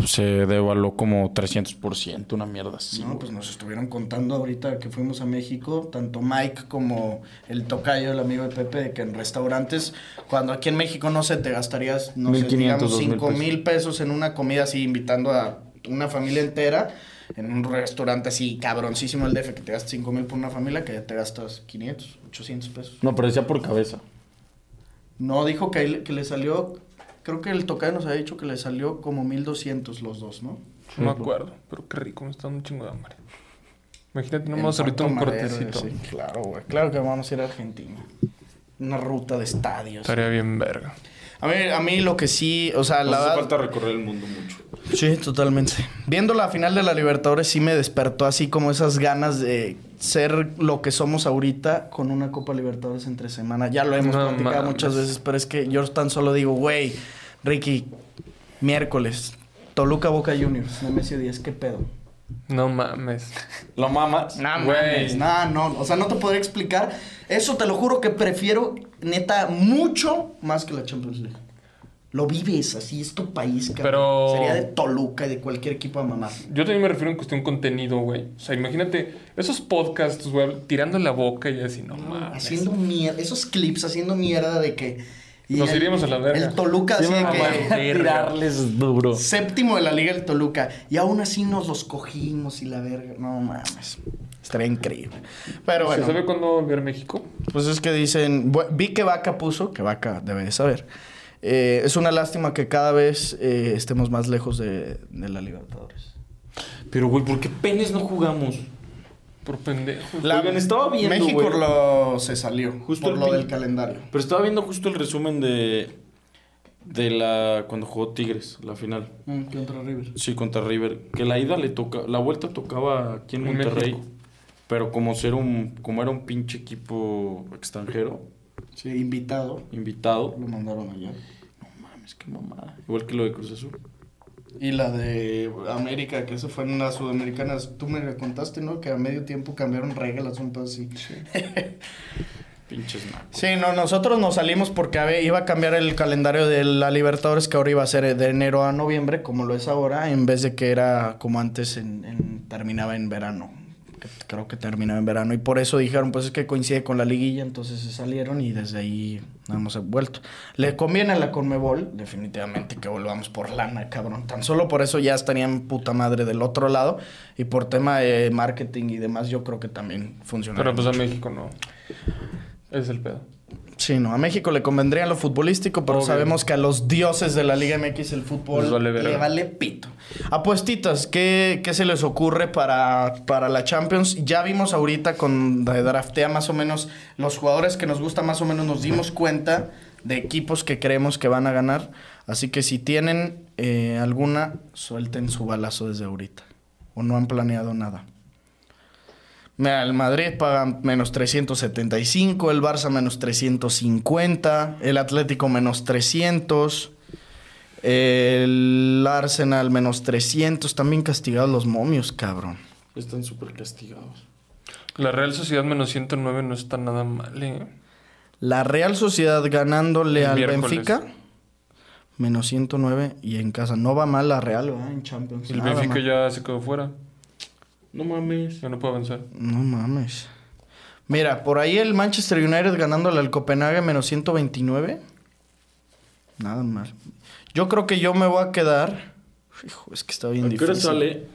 D: Se devaluó como 300%, una mierda así.
B: No,
D: güey.
B: pues nos estuvieron contando ahorita que fuimos a México, tanto Mike como el tocayo, el amigo de Pepe, de que en restaurantes, cuando aquí en México, no sé, te gastarías, no sé,
D: 1500,
B: digamos,
D: 2000
B: cinco mil pesos en una comida así, invitando a una familia entera, en un restaurante así cabroncísimo el DF, que te gastas cinco mil por una familia, que ya te gastas 500, 800 pesos.
D: No, pero decía por cabeza.
B: No, dijo que, ahí le- que le salió, creo que el tocayo nos había dicho que le salió como 1200 los dos, ¿no?
C: No me acuerdo, pero qué rico, me está dando un chingo de hambre. Imagínate nomás
B: En
C: ahorita
B: Puerto
C: un
B: Madero,
C: cortecito.
B: sí, claro, güey. Claro que vamos a ir a Argentina. Una ruta de estadios.
C: Estaría bien verga.
B: A mí, a mí lo que sí, o sea,
E: Nos
B: la
E: hace
B: verdad-
E: falta recorrer el mundo mucho.
B: Sí, totalmente. Viendo la final de la Libertadores sí me despertó así como esas ganas de ser lo que somos ahorita con una Copa Libertadores entre semana. Ya lo hemos
C: No
B: platicado
C: mames.
B: muchas veces, pero es que yo tan solo digo, güey, Ricky, miércoles, Toluca Boca Juniors, Nemesio 10, ¿qué pedo?
C: No mames.
E: ¿Lo mamas?
B: No, mames,
C: Güey.
B: no, no, o sea, no te podría explicar. Eso te lo juro que prefiero, neta, mucho más que la Champions League. Lo vives así, es tu país, cabrón.
C: Pero-
B: Sería de Toluca y de cualquier equipo de mamá.
C: Yo también me refiero en cuestión contenido, güey. O sea, imagínate esos podcasts, güey, tirando la boca y así, no mames.
B: haciendo mierda, esos clips haciendo mierda de que.
C: Nos
B: el-
C: iríamos a la verga.
B: El Toluca
D: Sí,
B: así de
D: me
B: que.
D: acuerdo. Tirarles duro.
B: Séptimo de la liga el Toluca. Y aún así nos los cogimos y la verga. No mames. Estaría increíble. Pero bueno.
C: ¿Se sabe cuándo volver a México?
B: Pues es que dicen, bu- vi que Vaca puso, que Vaca debe de saber. eh, es una lástima que cada vez eh, estemos más lejos de, de la Libertadores.
E: Pero, güey, ¿por qué penes no jugamos?
C: Por pendejo.
E: La- Oigan, estaba viendo,
B: México
E: güey.
B: lo se salió
E: Justo
B: por
E: el
B: lo
E: pin-
B: del calendario.
E: Pero estaba viendo justo el resumen de. De la. Cuando jugó Tigres, la final.
B: contra River.
E: Sí, contra River. Que la ida le toca. La vuelta tocaba aquí en
C: En
E: Monterrey.
C: México.
E: Pero como, ser un, como era un pinche equipo extranjero,
B: Sí, invitado.
E: invitado.
B: Lo mandaron allá.
E: Mames, qué mamada. Igual que lo de Cruz Azul.
B: Y la de América, que eso fue en las sudamericanas. Tú me contaste, ¿no? Que a medio tiempo cambiaron reglas, un pedo así.
E: Pinches nacos.
B: Sí, no, nosotros nos salimos porque a ver, iba a cambiar el calendario de la Libertadores, que ahora iba a ser de enero a noviembre, como lo es ahora, en vez de que era como antes, en, en- terminaba en verano. Que Creo que terminaba en verano. Y por eso dijeron, pues es que coincide con la liguilla, entonces se salieron y desde ahí no hemos vuelto. Le conviene a la Conmebol, definitivamente, que volvamos por lana, cabrón. Tan solo por eso ya estarían puta madre del otro lado. Y por tema de marketing y demás, yo creo que también funciona.
C: Pero pues a México no. Ese es el pedo.
B: Sí, no, a México le convendría lo futbolístico, pero
C: Obvio.
B: sabemos que a los dioses de la Liga MX el fútbol
C: Les vale verga.
B: le vale pito. Apuestitas, ¿qué, qué se les ocurre para, para la Champions? Ya vimos ahorita con la de Draftea más o menos los jugadores que nos gusta más o menos nos dimos cuenta de equipos que creemos que van a ganar. Así que si tienen eh, alguna, suelten su balazo desde ahorita. O no han planeado nada. Mira, el Madrid paga menos 375, el Barça menos 350, el Atlético menos 300, el Arsenal menos 300. También castigados los momios, cabrón.
E: Están súper castigados.
C: La Real Sociedad menos 109 no está nada mal, ¿eh?
B: La Real Sociedad ganándole
C: El
B: al
C: miércoles.
B: Benfica. Menos 109 y en casa. No va mal la Real, ¿verdad? En Champions.
C: El
B: Nada
C: Benfica
B: mal.
C: ya se quedó fuera.
E: No mames.
C: Ya no puede avanzar.
B: No mames. Mira, por ahí el Manchester United ganándole al Copenhague menos 129. Nada mal. Yo creo que yo me voy a quedar. Hijo, es que está bien
E: ¿A qué
B: difícil.
E: hora sale?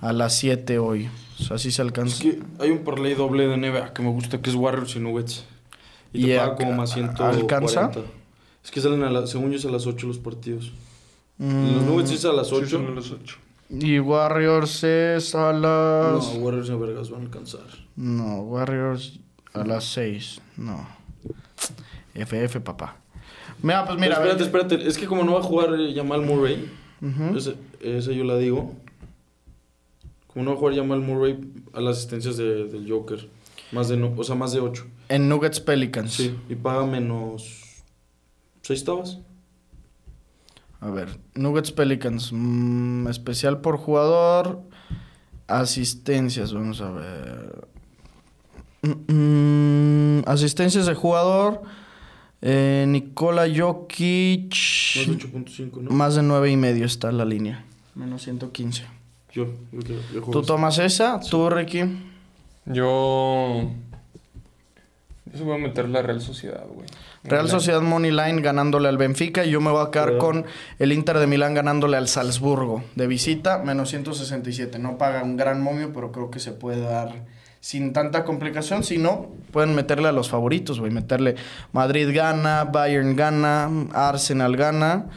B: A las 7 hoy. O sea, así se alcanza.
E: Es que hay un parlay doble de NBA que me gusta, que es Warriors y Nuggets. Y te
B: ¿Y
E: paga
B: a-
E: como más
B: a-
E: 140.
B: alcanza?
E: Es que salen, a la- según yo, es a las 8 los partidos.
B: Mm,
E: Los Nuggets es a las 8.
C: Sí, son los ocho.
B: Y Warriors es a
E: no,
B: las.
E: Warriors y Vergas van a alcanzar.
B: No, Warriors a las 6. No. FF, papá. Mira, pues mira.
E: Mira, espérate,
B: ve-
E: espérate. Es que como no va a jugar eh, Jamal Murray,
B: Ujú.
E: esa, esa yo la digo. Como no va a jugar Jamal Murray a las asistencias de- del Joker. Más de no, o sea, más de 8.
B: En Nuggets Pelicans.
E: Sí. Y paga menos 6 tabas.
B: A ver, Nuggets Pelicans. mm, especial por jugador. Asistencias, vamos a ver. Mm, mm, asistencias de jugador. eh, Nikola Jokic.
E: Más de 8.5, ¿no?
B: Más de nueve y medio está la línea. Menos 115.
E: Yo, yo, quiero- yo juego
B: ¿Tú
D: Pues,
E: esto.
B: tomas esa? ¿Tú, Ricky?
C: Yo. Yo se voy a meter la Real Sociedad, güey.
B: Real
C: La-
B: Sociedad Money Line ganándole al Benfica y yo me voy a quedar
E: Claro.
B: con el Inter de Milán ganándole al Salzburgo. De visita, menos 167. No paga un gran momio, pero creo que se puede dar sin tanta complicación. Si no, pueden meterle a los favoritos, güey. Meterle Madrid gana, Bayern gana, Arsenal gana.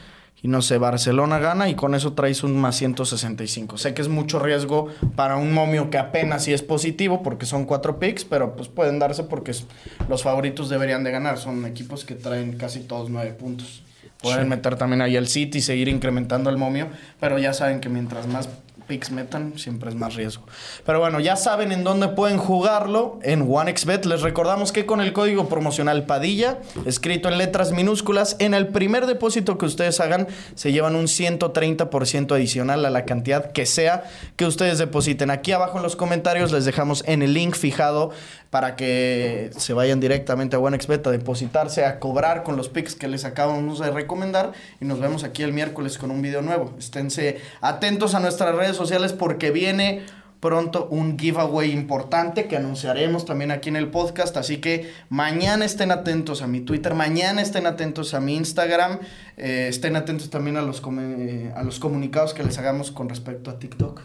B: Y no sé, Barcelona gana y con eso traes un más 165. Sé que es mucho riesgo para un momio que apenas sí es positivo porque son cuatro picks, pero pues pueden darse porque es- los favoritos deberían de ganar. Son equipos que traen casi todos nueve puntos. Pueden meter también ahí el City y seguir incrementando el momio, pero ya saben que mientras más picks metan, siempre es más riesgo. Pero bueno, ya saben en dónde pueden jugarlo en OneXBet. Les recordamos que con el código promocional Padilla, escrito en letras minúsculas, en el primer depósito que ustedes hagan, se llevan un 130% adicional a la cantidad que sea que ustedes depositen. Aquí abajo en los comentarios les dejamos en el link fijado para que se vayan directamente a OneXBet a depositarse, a cobrar con los picks que les acabamos de recomendar. Y nos vemos aquí el miércoles con un video nuevo. Esténse atentos a nuestras redes sociales porque viene pronto un giveaway importante que anunciaremos también aquí en el podcast. Así que mañana estén atentos a mi Twitter, mañana estén atentos a mi Instagram, eh, estén atentos también a los, come- eh, a los comunicados que les hagamos con respecto a TikTok.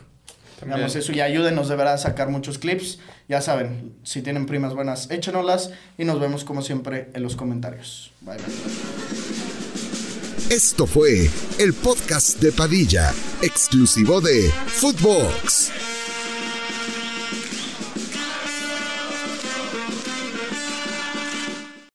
C: También.
B: Hagamos eso y ayúdenos de verdad a sacar muchos clips. Ya saben, si tienen primas buenas, échenolas y nos vemos como siempre en los comentarios. Bye, bye.
A: Esto fue el podcast de Padilla, exclusivo de Footbox.